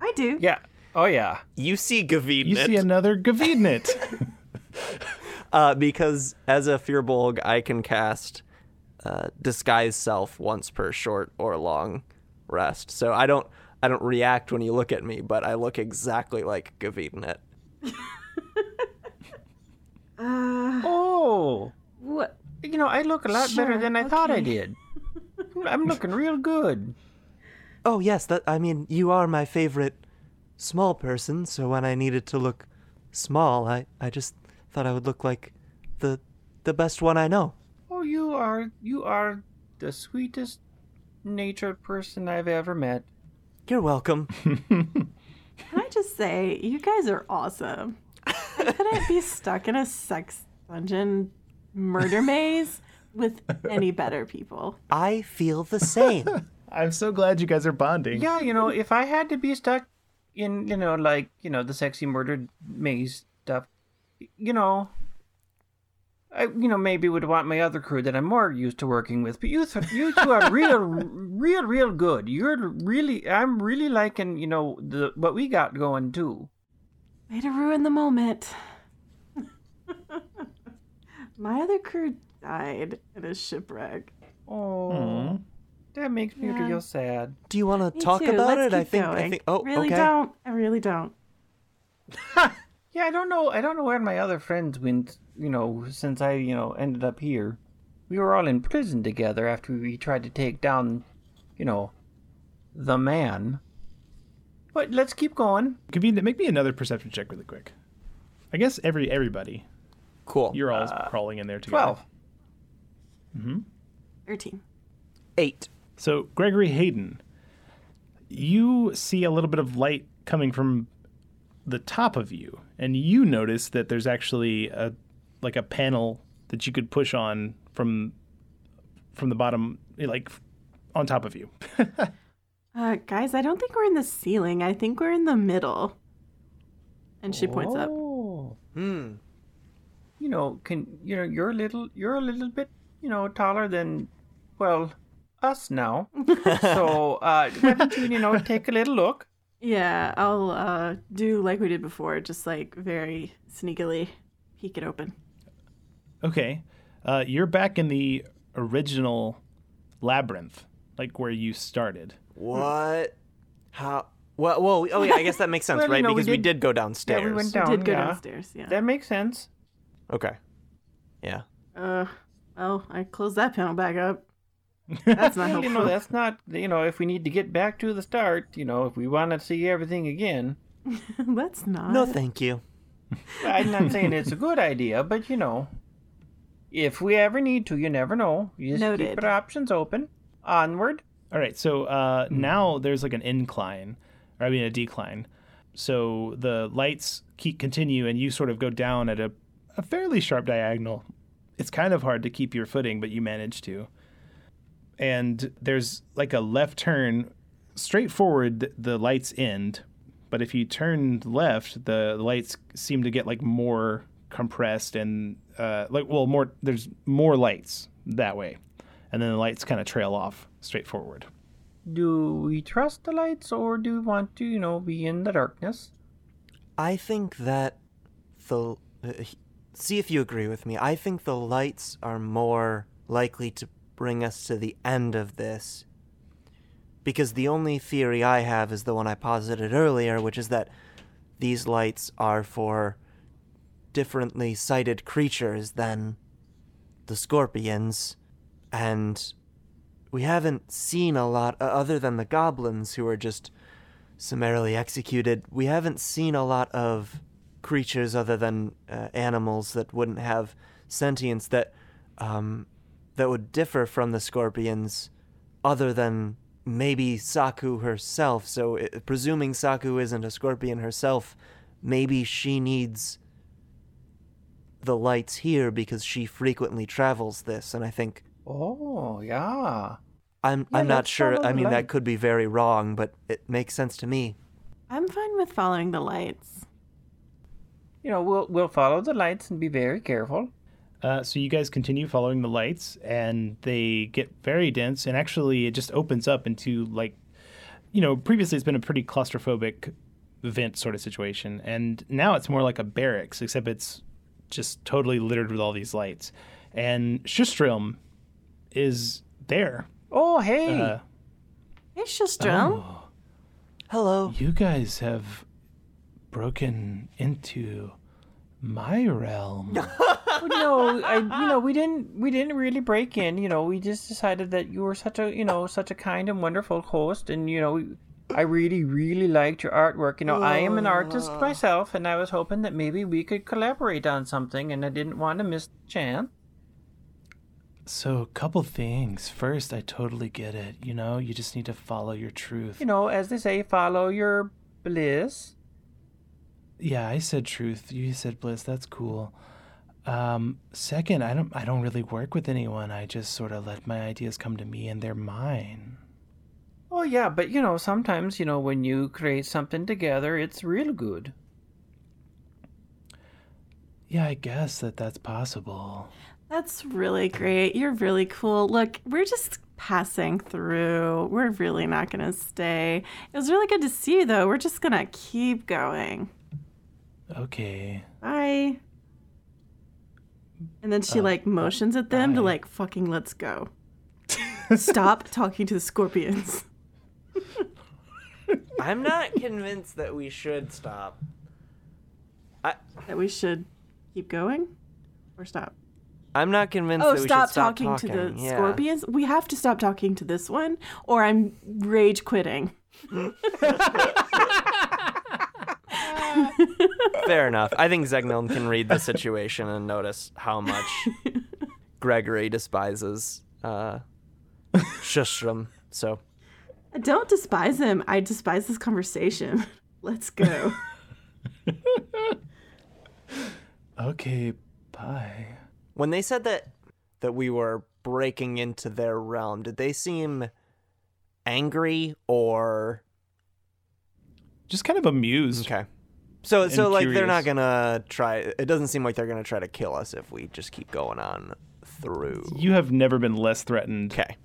Speaker 1: I do.
Speaker 4: Yeah. Oh yeah.
Speaker 7: You see
Speaker 2: You
Speaker 7: Gavidnit.
Speaker 2: see another Gavidnit.
Speaker 7: uh, because as a fearbolg, I can cast uh, disguise self once per short or long rest. So I don't I don't react when you look at me, but I look exactly like Gavidnet.
Speaker 4: Oh.
Speaker 1: What?
Speaker 4: You know, I look a lot better
Speaker 1: Sure,
Speaker 4: than I thought I
Speaker 1: okay.
Speaker 4: did. I'm looking real good.
Speaker 7: Oh yes, that I mean you are my favorite small person. So when I needed to look small, I I just thought I would look like the the best one I know.
Speaker 4: Oh, you are you are the sweetest natured person I've ever met.
Speaker 7: You're welcome.
Speaker 1: Can I just say, you guys are awesome. I couldn't be stuck in a sex dungeon murder maze with any better people.
Speaker 7: I feel the same.
Speaker 2: I'm so glad you guys are bonding.
Speaker 4: Yeah, you know, if I had to be stuck in, you know, like, you know, the sexy murdered maze stuff, you know, I, you know, maybe would want my other crew that I'm more used to working with. But you, th- you two are real, real, real good. You're really, I'm really liking, you know, the what we got going too.
Speaker 1: Way to ruin the moment. My other crew died in a shipwreck.
Speaker 4: Oh, that makes me
Speaker 1: Yeah.
Speaker 4: real sad.
Speaker 7: Do you want
Speaker 1: Me
Speaker 7: to talk
Speaker 1: too.
Speaker 7: about
Speaker 1: Let's
Speaker 7: it? I
Speaker 1: keep
Speaker 7: think I
Speaker 1: going.
Speaker 7: think. Oh,
Speaker 1: really
Speaker 7: okay.
Speaker 1: don't. I really don't.
Speaker 4: Yeah, I don't know. I don't know where my other friends went. You know, since I you know ended up here, we were all in prison together after we tried to take down, you know, the man. But let's keep going.
Speaker 2: Gavidnit, make me another perception check really quick. I guess every everybody.
Speaker 7: Cool.
Speaker 2: You're all crawling in there together. Mm-hmm.
Speaker 4: Twelve.
Speaker 1: 13.
Speaker 7: eight.
Speaker 2: So, Gregory Hayden, you see a little bit of light coming from the top of you, and you notice that there's actually a like a panel that you could push on from from the bottom, like on top of you.
Speaker 1: Uh, guys, I don't think we're in the ceiling. I think we're in the middle. And she points up.
Speaker 4: Oh,
Speaker 7: Hmm.
Speaker 4: you know, can you know you're a little you're a little bit you know taller than, well, us now. so uh, why don't you you know take a little look?
Speaker 1: Yeah, I'll uh, do like we did before, just like very sneakily peek it open.
Speaker 2: Okay. Uh, you're back in the original labyrinth, like where you started.
Speaker 7: What? How? Well, whoa. Oh, yeah. I guess that makes sense,
Speaker 4: Well, you
Speaker 7: right?
Speaker 4: know, we
Speaker 7: because we did
Speaker 4: did-
Speaker 7: go
Speaker 4: Yeah,
Speaker 7: downstairs.
Speaker 4: we went
Speaker 1: We
Speaker 4: down.
Speaker 1: did go
Speaker 4: yeah.
Speaker 1: downstairs, yeah.
Speaker 4: That makes sense.
Speaker 7: Okay. Yeah.
Speaker 1: Uh, well, I closed that panel back up. That's not
Speaker 4: Well, you know,
Speaker 1: helpful.
Speaker 4: that's not, you know, if we need to get back to the start, you know, if we want to see everything again,
Speaker 1: Let's not.
Speaker 7: No, thank you.
Speaker 4: I'm not saying it's a good idea, but, you know, if we ever need to, you never know. You just
Speaker 1: Noted.
Speaker 4: keep our options open. Onward.
Speaker 2: All right, so uh, now there's like an incline, or I mean a decline. So the lights keep continue, and you sort of go down at a, a fairly sharp diagonal. It's kind of hard to keep your footing, but you manage to. And there's like a left turn straight forward. th- The lights end, but if you turn left, the lights seem to get like more compressed and uh, like well, more there's more lights that way, and then the lights kind of trail off straight forward.
Speaker 4: Do we trust the lights or do we want to, you know, be in the darkness?
Speaker 7: I think that the. Uh, he- see if you agree with me. I think the lights are more likely to bring us to the end of this. Because the only theory I have is the one I posited earlier, which is that these lights are for differently sighted creatures than the scorpions. And we haven't seen a lot uh, other than the goblins who are just summarily executed. We haven't seen a lot of creatures other than uh, animals that wouldn't have sentience that um, that would differ from the scorpions, other than maybe Saku herself. So, i presuming Saku isn't a scorpion herself, maybe she needs the lights here because she frequently travels this. And I think
Speaker 4: Oh, yeah.
Speaker 7: I'm
Speaker 4: Yeah,
Speaker 7: I'm not
Speaker 4: let's
Speaker 7: sure.
Speaker 4: follow
Speaker 7: I
Speaker 4: the
Speaker 7: mean,
Speaker 4: light.
Speaker 7: that could be very wrong, but it makes sense to me.
Speaker 1: I'm fine with following the lights.
Speaker 4: You know, we'll we'll follow the lights and be very careful.
Speaker 2: Uh, so you guys continue following the lights, and they get very dense. And actually, it just opens up into like, you know, previously it's been a pretty claustrophobic vent sort of situation, and now it's more like a barracks, except it's just totally littered with all these lights. And Shustrim is there.
Speaker 4: Oh, hey.
Speaker 2: Uh,
Speaker 1: Hey, Shistrom.
Speaker 2: Oh.
Speaker 7: Hello.
Speaker 2: you guys have broken into my realm.
Speaker 4: Well, no, I, you know, we didn't we didn't really break in. You know, we just decided that you were such a you know such a kind and wonderful host, and you know, we, I really really liked your artwork. You know, I am an artist myself, and I was hoping that maybe we could collaborate on something, and I didn't want to miss the chance.
Speaker 2: So, a couple things. First, I totally get it. You know, you just need to follow your truth.
Speaker 4: You know, as they say, follow your bliss.
Speaker 2: yeah, I said truth. You said bliss. That's cool. Um, second, I don't. I don't really work with anyone. I just sort of let my ideas come to me, and they're mine.
Speaker 4: Oh yeah, but you know, sometimes you know when you create something together, it's real good.
Speaker 2: Yeah, I guess that that's possible.
Speaker 1: That's really great. You're really cool. Look, we're just passing through. We're really not going to stay. It was really good to see you, though. We're just going to keep going.
Speaker 2: Okay.
Speaker 1: Bye. And then she like motions at them to
Speaker 2: bye.
Speaker 1: like fucking let's go. Stop talking to the scorpions.
Speaker 3: I'm not convinced that we should stop.
Speaker 1: That we should keep going or stop.
Speaker 3: I'm not convinced
Speaker 1: Oh,
Speaker 3: that we
Speaker 1: stop,
Speaker 3: should stop
Speaker 1: talking,
Speaker 3: talking,
Speaker 1: to the
Speaker 3: yeah.
Speaker 1: scorpions. We have to stop talking to this one, or I'm rage quitting.
Speaker 3: Fair enough. I think Zegniln can read the situation and notice how much Gregory despises uh, Shustram. So
Speaker 1: I don't despise him. I despise this conversation. Let's go.
Speaker 2: Okay. Bye.
Speaker 3: when they said that that we were breaking into their realm, did they seem angry or
Speaker 2: Just kind of amused.
Speaker 3: okay? So so
Speaker 2: And
Speaker 3: like they're not
Speaker 2: curious.
Speaker 3: gonna try. It doesn't seem like they're gonna try to kill us if we just keep going on through.
Speaker 2: You have never been less threatened
Speaker 3: Okay.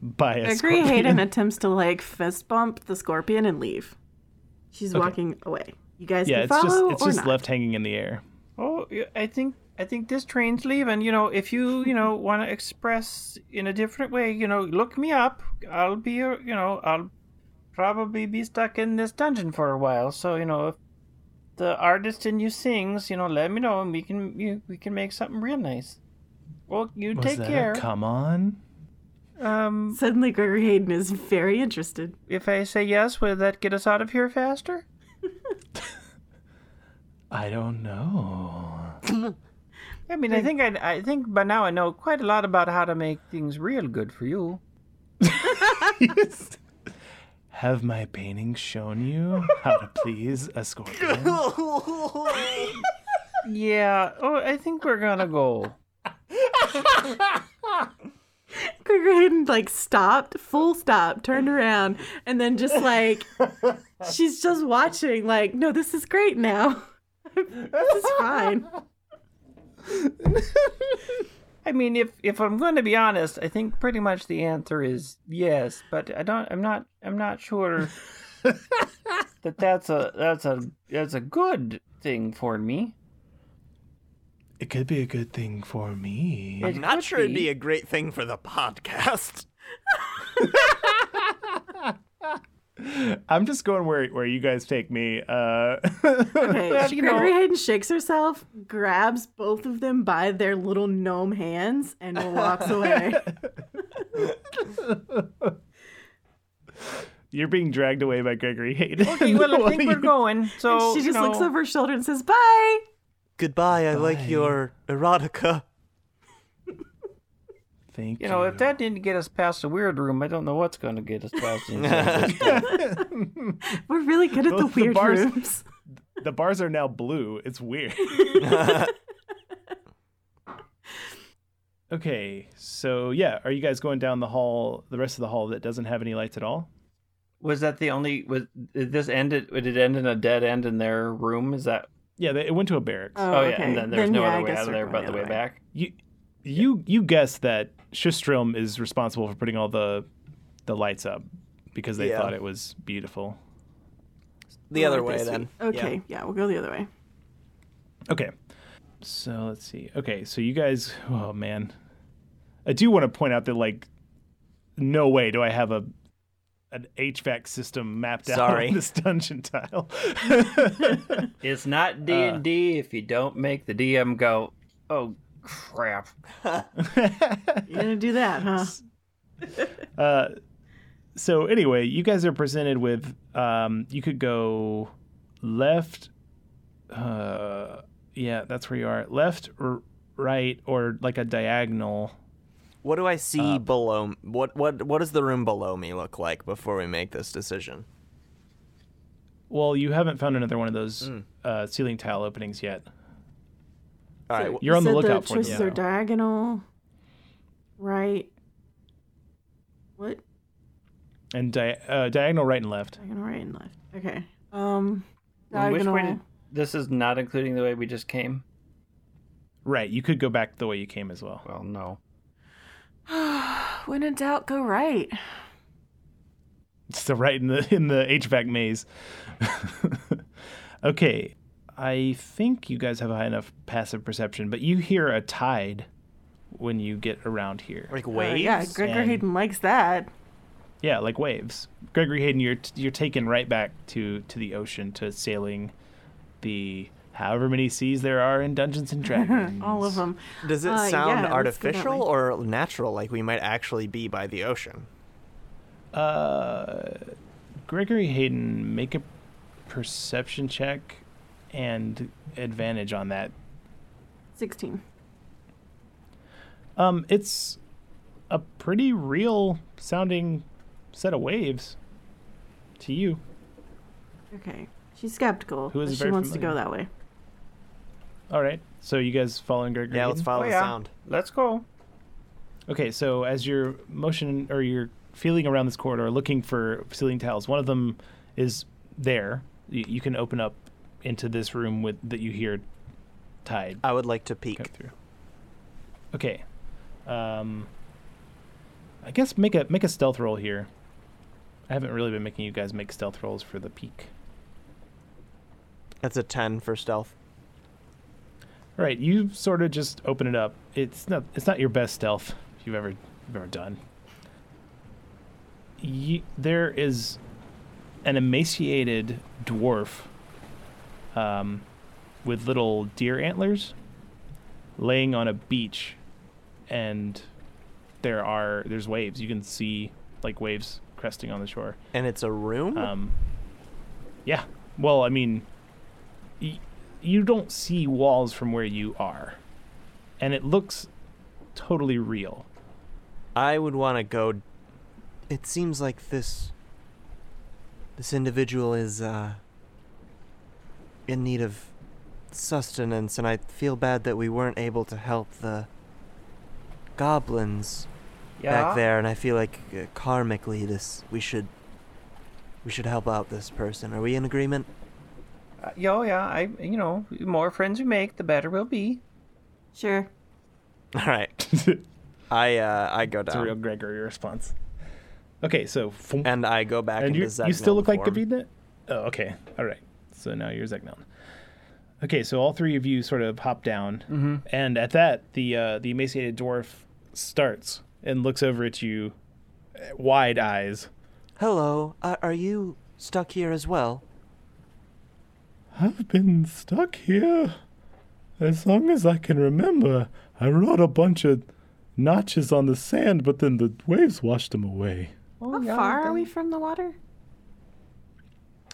Speaker 2: by a
Speaker 1: Agree.
Speaker 2: scorpion.
Speaker 1: Hayden attempts to like fist bump the scorpion and leave. She's
Speaker 2: Okay.
Speaker 1: walking away. You guys can
Speaker 2: Yeah, it's just
Speaker 1: follow
Speaker 2: it's
Speaker 1: or
Speaker 2: just
Speaker 1: not.
Speaker 2: left hanging in the air.
Speaker 4: Oh, yeah, I think I think this train's leaving. You know, if you you know want to express in a different way, you know, look me up. I'll be uh, you know I'll probably be stuck in this dungeon for a while. So you know, if the artist in you sings, you know, let me know and we can you, we can make something real nice. Well, you
Speaker 2: Was
Speaker 4: take
Speaker 2: that a
Speaker 4: care.
Speaker 2: come on?
Speaker 4: um,
Speaker 1: Suddenly, Gregory Hayden is very interested.
Speaker 4: if I say yes, will that get us out of here faster?
Speaker 2: I don't know.
Speaker 4: I mean, I think I, I think by now I know quite a lot about how to make things real good for you.
Speaker 2: Have my paintings shown you how to please a scorpion?
Speaker 4: Yeah. Oh, I think we're gonna go.
Speaker 1: Gregory Hayden like stopped, full stop, turned around, and then just like she's just watching. Like, no, this is great now. this is fine.
Speaker 4: I mean, if if I'm going to be honest, I think pretty much the answer is yes, but I don't. I'm not. I'm not sure that that's a that's a that's a good thing for me.
Speaker 2: It could be a good thing for me.
Speaker 4: It
Speaker 3: I'm not
Speaker 4: could
Speaker 3: sure it'd be a great thing for the podcast.
Speaker 2: I'm just going where where you guys take me. Uh,
Speaker 1: Okay,
Speaker 4: Well, you know-
Speaker 1: Gregory Hayden shakes herself, grabs both of them by their little gnome hands, and walks away.
Speaker 2: You're being dragged away by Gregory Hayden.
Speaker 4: Okay, well, I
Speaker 2: What
Speaker 4: think
Speaker 2: do
Speaker 4: we're
Speaker 2: you-
Speaker 4: going. So
Speaker 1: she
Speaker 4: you
Speaker 1: just looks
Speaker 4: know,
Speaker 1: over her shoulder and says, Bye.
Speaker 7: Goodbye, I like your erotica.
Speaker 2: Thank
Speaker 4: You know, if that didn't get us past the weird room, I don't know what's going to get us past. inside this.
Speaker 1: We're really good at
Speaker 2: Both
Speaker 1: the
Speaker 2: the
Speaker 1: weird
Speaker 2: bars-
Speaker 1: rooms.
Speaker 2: the bars are now blue. It's weird. okay, so yeah, are you guys going down the hall, the rest of the hall that doesn't have any lights at all?
Speaker 4: was that the only? Was did this ended? Did it end in a dead end in their room? Is that?
Speaker 2: Yeah, they, it went to a barracks.
Speaker 4: Oh, yeah, and then there's no
Speaker 1: yeah, I
Speaker 4: other way
Speaker 1: guess
Speaker 4: out of
Speaker 1: we're
Speaker 4: there
Speaker 1: going
Speaker 4: but the way
Speaker 1: other
Speaker 4: back.
Speaker 2: You, you, you guessed that Schistrom is responsible for putting all the, the lights up, because they
Speaker 3: Yeah.
Speaker 2: thought it was beautiful.
Speaker 3: The other
Speaker 1: Like
Speaker 3: way
Speaker 1: this
Speaker 3: then.
Speaker 1: way. Okay, yeah. we'll go the other way.
Speaker 2: Okay. So let's see. Okay, so you guys, oh man, I do want to point out that like, no way do I have a an HVAC system mapped
Speaker 3: Sorry.
Speaker 2: out on this dungeon tile.
Speaker 4: It's not D and D if you don't make the DM go. Oh crap!
Speaker 1: You're gonna do that, huh?
Speaker 2: so anyway, you guys are presented with um, you could go left, uh, yeah, that's where you are, left or right or like a diagonal.
Speaker 3: What do I see
Speaker 7: Uh,
Speaker 3: below? What what what does the room below me look like before we make this decision?
Speaker 2: Well, you haven't found another one of those uh, ceiling tile openings yet.
Speaker 3: All right. wh-
Speaker 2: You're on the
Speaker 1: Said
Speaker 2: lookout for
Speaker 1: choices
Speaker 2: them.
Speaker 1: are diagonal, right? What?
Speaker 2: and di- uh, diagonal right and left.
Speaker 1: Diagonal, right, and left. Okay. Um,
Speaker 4: And Which
Speaker 1: diagonal.
Speaker 4: way did- this is not including the way we just came.
Speaker 2: Right, you could go back the way you came as well.
Speaker 4: Well, no.
Speaker 1: When in doubt, go right. Uh,
Speaker 2: It's the right in the in the HVAC maze. okay, I think you guys have a high enough passive perception, but you hear a tide when you get around here.
Speaker 3: Like
Speaker 1: Uh,
Speaker 3: waves.
Speaker 1: yeah, Gregor
Speaker 2: and-
Speaker 1: Hayden likes that.
Speaker 2: Yeah, like waves. Gregory Hayden, you're t- you're taken right back to to the ocean to sailing the however many seas there are in Dungeons and Dragons.
Speaker 1: All of them.
Speaker 3: Does it
Speaker 1: Uh, yeah,
Speaker 3: sound
Speaker 1: let's go that
Speaker 3: artificial
Speaker 1: way.
Speaker 3: or natural? Like we might actually be by the ocean.
Speaker 2: Uh, Gregory Hayden, make a perception check and advantage on that.
Speaker 1: Sixteen.
Speaker 2: Um, it's a pretty real sounding set of waves to you.
Speaker 1: Okay. She's skeptical.
Speaker 2: Who is
Speaker 1: but she
Speaker 2: very
Speaker 1: wants to go
Speaker 2: familiar.
Speaker 1: that way.
Speaker 2: All right, so you guys following Gregory?
Speaker 3: Yeah, let's
Speaker 2: Hayden?
Speaker 3: follow
Speaker 4: Oh,
Speaker 3: the
Speaker 4: yeah.
Speaker 3: sound.
Speaker 4: Let's go.
Speaker 2: Okay, so as you're motion or you're feeling around this corridor, looking for ceiling tiles, one of them is there. You, you can open up into this room with that you hear tide.
Speaker 3: I would like to peek.
Speaker 2: cut through. Okay. Um, I guess make a make a stealth roll here. I haven't really been making you guys make stealth rolls for the peak.
Speaker 3: That's a ten for stealth.
Speaker 2: All right, you sort of just open it up. It's not it's not your best stealth you've ever you've ever done. You, there is an emaciated dwarf um, with little deer antlers laying on a beach and there are there's waves you can see like waves cresting on the shore
Speaker 3: And it's a room?
Speaker 2: um, yeah. Well, I mean, y- you don't see walls from where you are, and it looks totally real.
Speaker 3: I would want to go.
Speaker 7: It seems like this this individual is uh in need of sustenance and I feel bad that we weren't able to help the goblins
Speaker 4: Yeah.
Speaker 7: back there and I feel like uh, karmically this we should we should help out this person. Are we in agreement?
Speaker 4: Uh, yeah, oh, yeah. I, you know, the more friends we make, the better we'll be.
Speaker 1: Sure.
Speaker 3: All right.
Speaker 2: it's
Speaker 3: I uh, I go
Speaker 2: a
Speaker 3: down
Speaker 2: real Gregory response. Okay, so fum-
Speaker 3: and I go back
Speaker 2: and
Speaker 3: into
Speaker 2: you,
Speaker 3: Zagnon
Speaker 2: you still look like
Speaker 3: form.
Speaker 2: Gavidnet. Oh, okay. All right. So now you're Zegnon. Okay, so all three of you sort of hop down,
Speaker 3: Mm-hmm.
Speaker 2: and at that, the uh, the emaciated dwarf starts and looks over at you, uh, wide eyes.
Speaker 7: Hello, uh, are you stuck here as well?
Speaker 5: I've been stuck here as long as I can remember. I wrote a bunch of notches on the sand, but then the waves washed them away.
Speaker 4: Oh,
Speaker 1: How far are we from the water?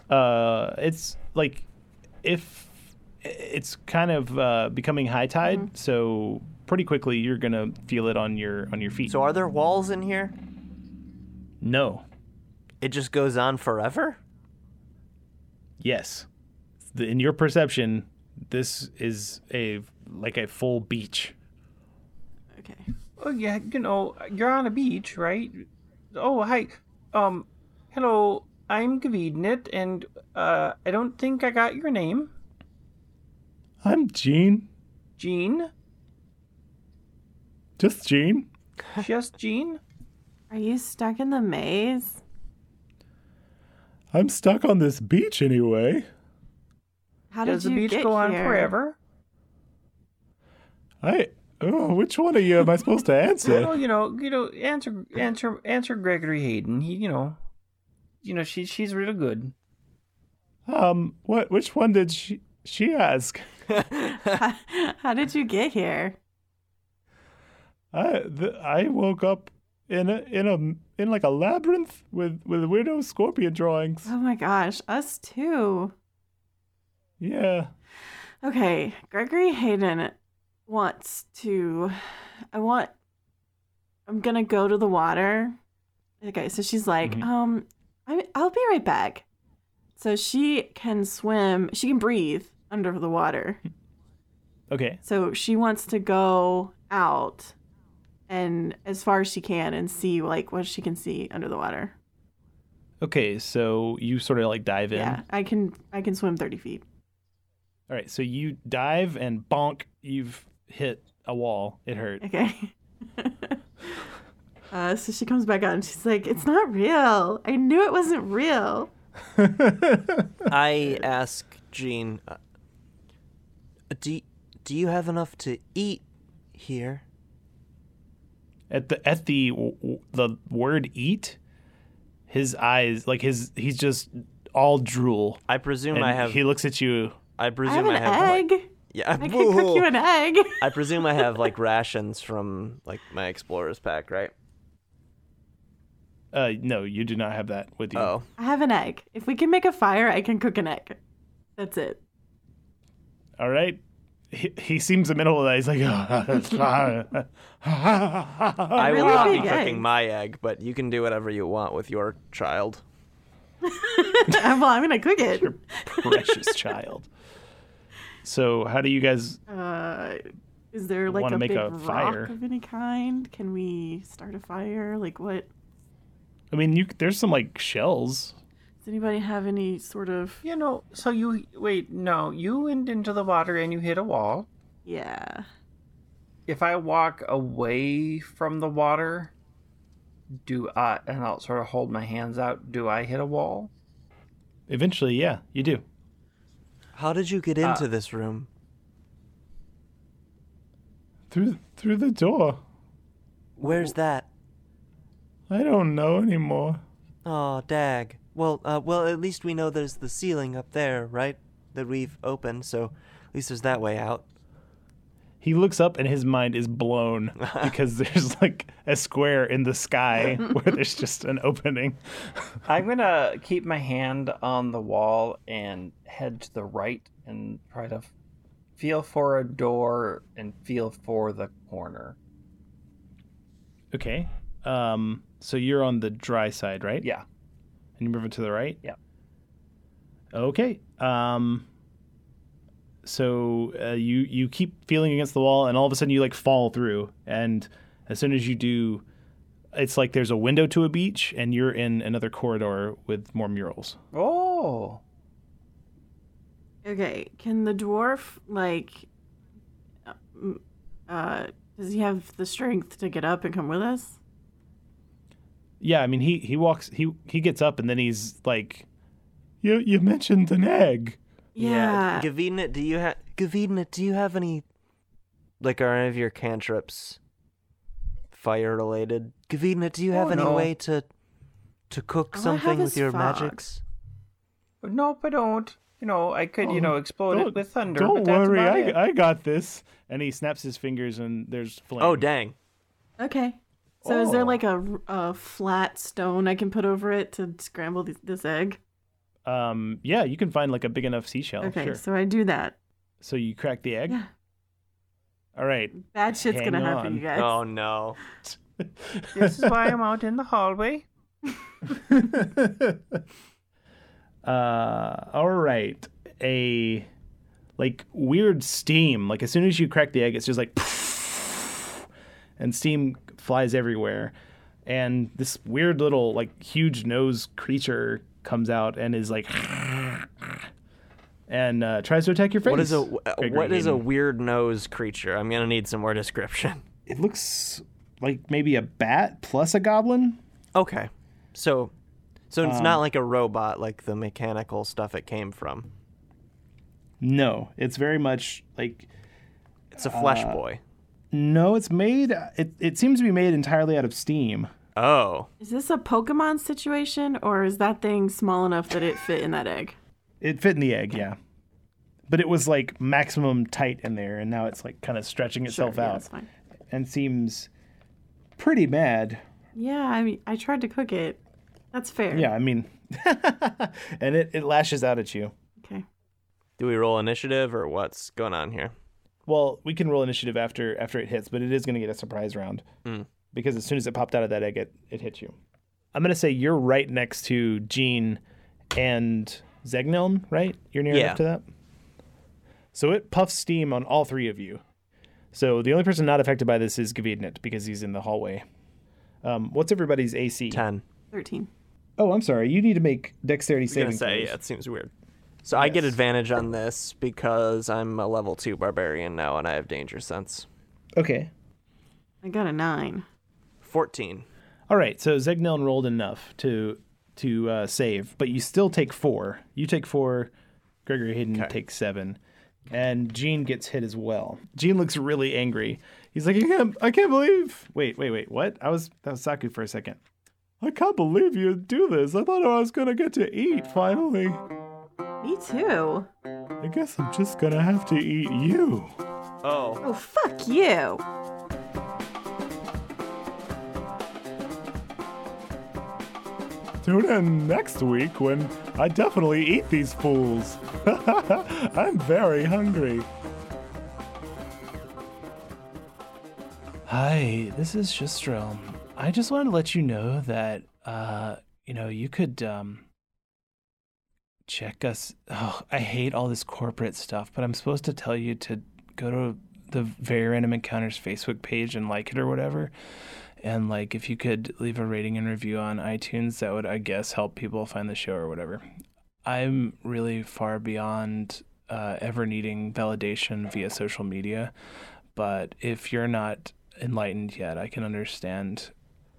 Speaker 2: uh, it's like if it's kind of uh, becoming high tide, so pretty quickly you're gonna feel it on your on your feet.
Speaker 3: So are there walls in here?
Speaker 2: no,
Speaker 3: It just goes on forever?
Speaker 2: yes, The- in your perception, this is a like a full beach.
Speaker 1: Okay.
Speaker 4: Oh yeah, you know, you're on a beach, right? Oh hi, um, hello. I'm Gavidnit, and uh, I don't think I got your name,
Speaker 5: I'm Jean.
Speaker 4: Jean.
Speaker 5: Just Jean.
Speaker 4: Just Jean.
Speaker 1: Are you stuck in the maze?
Speaker 5: I'm stuck on this beach anyway.
Speaker 1: How
Speaker 4: Does
Speaker 1: did
Speaker 4: the
Speaker 1: you
Speaker 4: beach
Speaker 1: get
Speaker 4: go on
Speaker 1: here?
Speaker 4: forever?
Speaker 5: I. Oh, which one of you am I supposed to answer?
Speaker 4: Well, you know, you know, answer, answer, answer Gregory Hayden. He, you know, you know, she, she's real good.
Speaker 5: Um, what? Which one did she she ask?
Speaker 1: How did you get here?
Speaker 5: I th- I woke up in a in a in like a labyrinth with with weirdo scorpion drawings.
Speaker 1: Oh my gosh, us too.
Speaker 5: Yeah,
Speaker 1: Okay, Gregory Hayden wants to. I want. I'm gonna go to the water. Okay, so she's like, um, I, I'll be right back. So she can swim. She can breathe under the water.
Speaker 2: Okay,
Speaker 1: So she wants to go out, and as far as she can, and see like what she can see under the water.
Speaker 2: okay, so you sort of like dive in.
Speaker 1: Yeah, I can. I can swim thirty feet.
Speaker 2: All right, so you dive and bonk. You've hit a wall. It hurt.
Speaker 1: Okay. uh, so she comes back out and she's like, "It's not real. I knew it wasn't real."
Speaker 3: I ask Jean, uh,
Speaker 7: Do do you have enough to eat here?
Speaker 2: at the at the w- w- the word eat his eyes like his he's just all drool
Speaker 3: I presume
Speaker 2: and
Speaker 3: I have.
Speaker 2: he looks at you
Speaker 3: I
Speaker 1: I have
Speaker 3: presume
Speaker 1: an
Speaker 3: I have. like-
Speaker 1: egg.
Speaker 3: yeah,
Speaker 1: I can cook you an egg.
Speaker 3: I presume I have like rations from like my explorer's pack, right?
Speaker 2: uh no you do not have that with you
Speaker 3: Oh,
Speaker 1: I have an egg. If we can make a fire, I can cook an egg. That's it.
Speaker 2: all right he, he seems amenable to that he's like "Oh,
Speaker 3: I will
Speaker 1: really
Speaker 3: not be
Speaker 1: big
Speaker 3: cooking
Speaker 1: eggs.
Speaker 3: my egg, but you can do whatever you want with your child.
Speaker 1: Uh, well, I'm gonna cook it.
Speaker 2: your precious child so how do you guys
Speaker 1: Uh, is there like
Speaker 2: Wanna
Speaker 1: a
Speaker 2: make
Speaker 1: big
Speaker 2: a
Speaker 1: rock
Speaker 2: fire.
Speaker 1: of any kind? Can we start a fire? Like, what?
Speaker 2: i mean you there's some like shells
Speaker 1: Does anybody have any sort of?
Speaker 4: You know, so you wait. No, you went into the water and you hit a wall.
Speaker 1: Yeah.
Speaker 4: If I walk away from the water, do I? And I'll sort of hold my hands out. Do I hit a wall?
Speaker 2: eventually yeah you do
Speaker 7: How did you
Speaker 1: Uh,
Speaker 7: get into this room?
Speaker 5: through through the door.
Speaker 7: Where's that?
Speaker 5: I don't know anymore.
Speaker 7: Oh, dag. Well, uh, well, at least we know there's the ceiling up there, right? That we've opened, so at least there's that way out.
Speaker 2: He looks up and his mind is blown because there's like a square in the sky where there's just an opening.
Speaker 4: I'm gonna keep my hand on the wall and head to the right and try to feel for a door and feel for the corner.
Speaker 2: Okay. Um so you're on the dry side, right?
Speaker 4: Yeah.
Speaker 2: And you move it to the right?
Speaker 4: Yeah.
Speaker 2: Okay. Um so uh, you you keep feeling against the wall and all of a sudden you like fall through and as soon as you do it's like there's a window to a beach and you're in another corridor with more murals.
Speaker 4: Oh.
Speaker 1: Okay, can the dwarf like um, uh does he have the strength to get up and come with us?
Speaker 2: Yeah, I mean he he walks he he gets up and then he's like
Speaker 5: You you mentioned an egg.
Speaker 1: Yeah.
Speaker 3: Gavidna, do you have Gavidna? Do you have any, like, are any of your cantrips fire related?
Speaker 7: Gavidna, do you have
Speaker 4: Oh,
Speaker 7: any
Speaker 4: no.
Speaker 7: way to to
Speaker 1: All I
Speaker 7: cook
Speaker 1: have
Speaker 7: something
Speaker 1: is
Speaker 7: with your
Speaker 1: fog.
Speaker 7: magics?
Speaker 4: Nope, I don't. You know, I could, you know, explode it
Speaker 5: Oh, Don't-
Speaker 4: with thunder.
Speaker 5: Don't
Speaker 4: but that's
Speaker 5: worry,
Speaker 4: about
Speaker 5: I
Speaker 4: it.
Speaker 5: I got this.
Speaker 2: and he snaps his fingers and there's flame.
Speaker 3: Oh, dang!
Speaker 1: Okay. So is there
Speaker 4: Oh.
Speaker 1: like a, a flat stone I can put over it to scramble th- this egg?
Speaker 2: Um, yeah, you can find like a big enough seashell.
Speaker 1: okay,
Speaker 2: sure.
Speaker 1: so I do that.
Speaker 2: So you crack the egg.
Speaker 1: Yeah.
Speaker 2: All right.
Speaker 1: Bad shit's
Speaker 2: Hang
Speaker 1: gonna happen,
Speaker 2: on.
Speaker 1: you guys.
Speaker 3: Oh no.
Speaker 4: This is why I'm out in the hallway.
Speaker 2: uh, all right. A like weird steam. Like as soon as you crack the egg, it's just like, and steam flies everywhere. And this weird little like huge nose creature comes out and is like, and uh, tries to attack your face.
Speaker 3: What is a
Speaker 2: Gregory
Speaker 3: what is a
Speaker 2: Hayden.
Speaker 3: weird nose creature? I'm gonna need some more description.
Speaker 2: It looks like maybe a bat plus a goblin.
Speaker 3: Okay. So so it's not like a robot like the mechanical stuff it came from.
Speaker 2: No, it's very much like
Speaker 3: It's a flesh boy.
Speaker 2: No, it's made. It, it seems to be made entirely out of steam.
Speaker 3: Oh.
Speaker 1: Is this a Pokemon situation, or is that thing small enough that it fit in that egg?
Speaker 2: It fit in the egg, yeah. But it was like maximum tight in there, and now it's like kind of stretching
Speaker 1: Sure,
Speaker 2: itself
Speaker 1: yeah,
Speaker 2: out
Speaker 1: that's fine.
Speaker 2: and seems pretty mad.
Speaker 1: Yeah, I mean, I tried to cook it. That's fair.
Speaker 2: Yeah, I mean, and it, it lashes out at you.
Speaker 1: Okay.
Speaker 3: Do we roll initiative or what's going on here?
Speaker 2: Well, we can roll initiative after after it hits, but it is going to get a surprise round
Speaker 3: Mm.
Speaker 2: because as soon as it popped out of that egg, it, it hit you. I'm going to say you're right next to Jean and Zegnelm, right? You're near
Speaker 3: Yeah.
Speaker 2: enough to that. So it puffs steam on all three of you. So the only person not affected by this is Gavidnit because he's in the hallway. Um, what's everybody's AC?
Speaker 3: Ten.
Speaker 1: 13.
Speaker 2: Oh, I'm sorry. You need to make dexterity
Speaker 3: I was
Speaker 2: saving
Speaker 3: gonna say,
Speaker 2: throws.
Speaker 3: yeah, it seems weird. So I get advantage on this because I'm a level two barbarian now and I have danger sense.
Speaker 2: Okay.
Speaker 1: I got a 9.
Speaker 3: Fourteen.
Speaker 2: All right, so Zegneln rolled enough to to uh, save, but you still take four. You take four. Gregory Hayden takes seven, and Gene gets hit as well. Gene looks really angry. He's like, I can't, I can't believe. Wait, wait, wait. What? I was that was Saku for a second.
Speaker 5: I can't believe you do this. I thought I was gonna get to eat finally.
Speaker 1: Me too.
Speaker 5: I guess I'm just gonna have to eat you.
Speaker 3: Oh.
Speaker 1: Oh, fuck you.
Speaker 5: Tune in next week when I definitely eat these fools. I'm very hungry.
Speaker 2: Hi, this is Shistrelm. I just wanted to let you know that, uh, you know, you could um, check us. Oh, I hate all this corporate stuff, but I'm supposed to tell you to go to the Very Random Encounters Facebook page and like it or whatever. And, like, if you could leave a rating and review on iTunes, that would, I guess, help people find the show or whatever. I'm really far beyond uh, ever needing validation via social media but if you're not enlightened yet, I can understand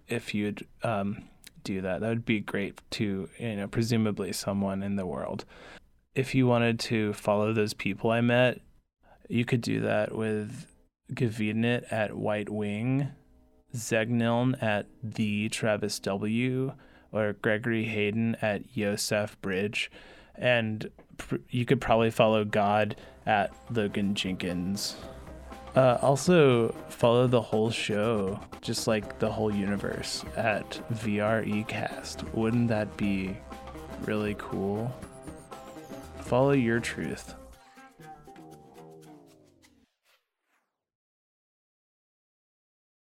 Speaker 2: if you'd um, do that. That would be great to, you know, presumably someone in the world. If you wanted to follow those people I met, you could do that with Gavidnit at White Wing, Zegniln at the Travis W, or Gregory Hayden at Yosef Bridge, and pr- you could probably follow God at Logan Jenkins. Uh, also, follow the whole show, just like the whole universe, at E VREcast. Wouldn't that be really cool? Follow your truth.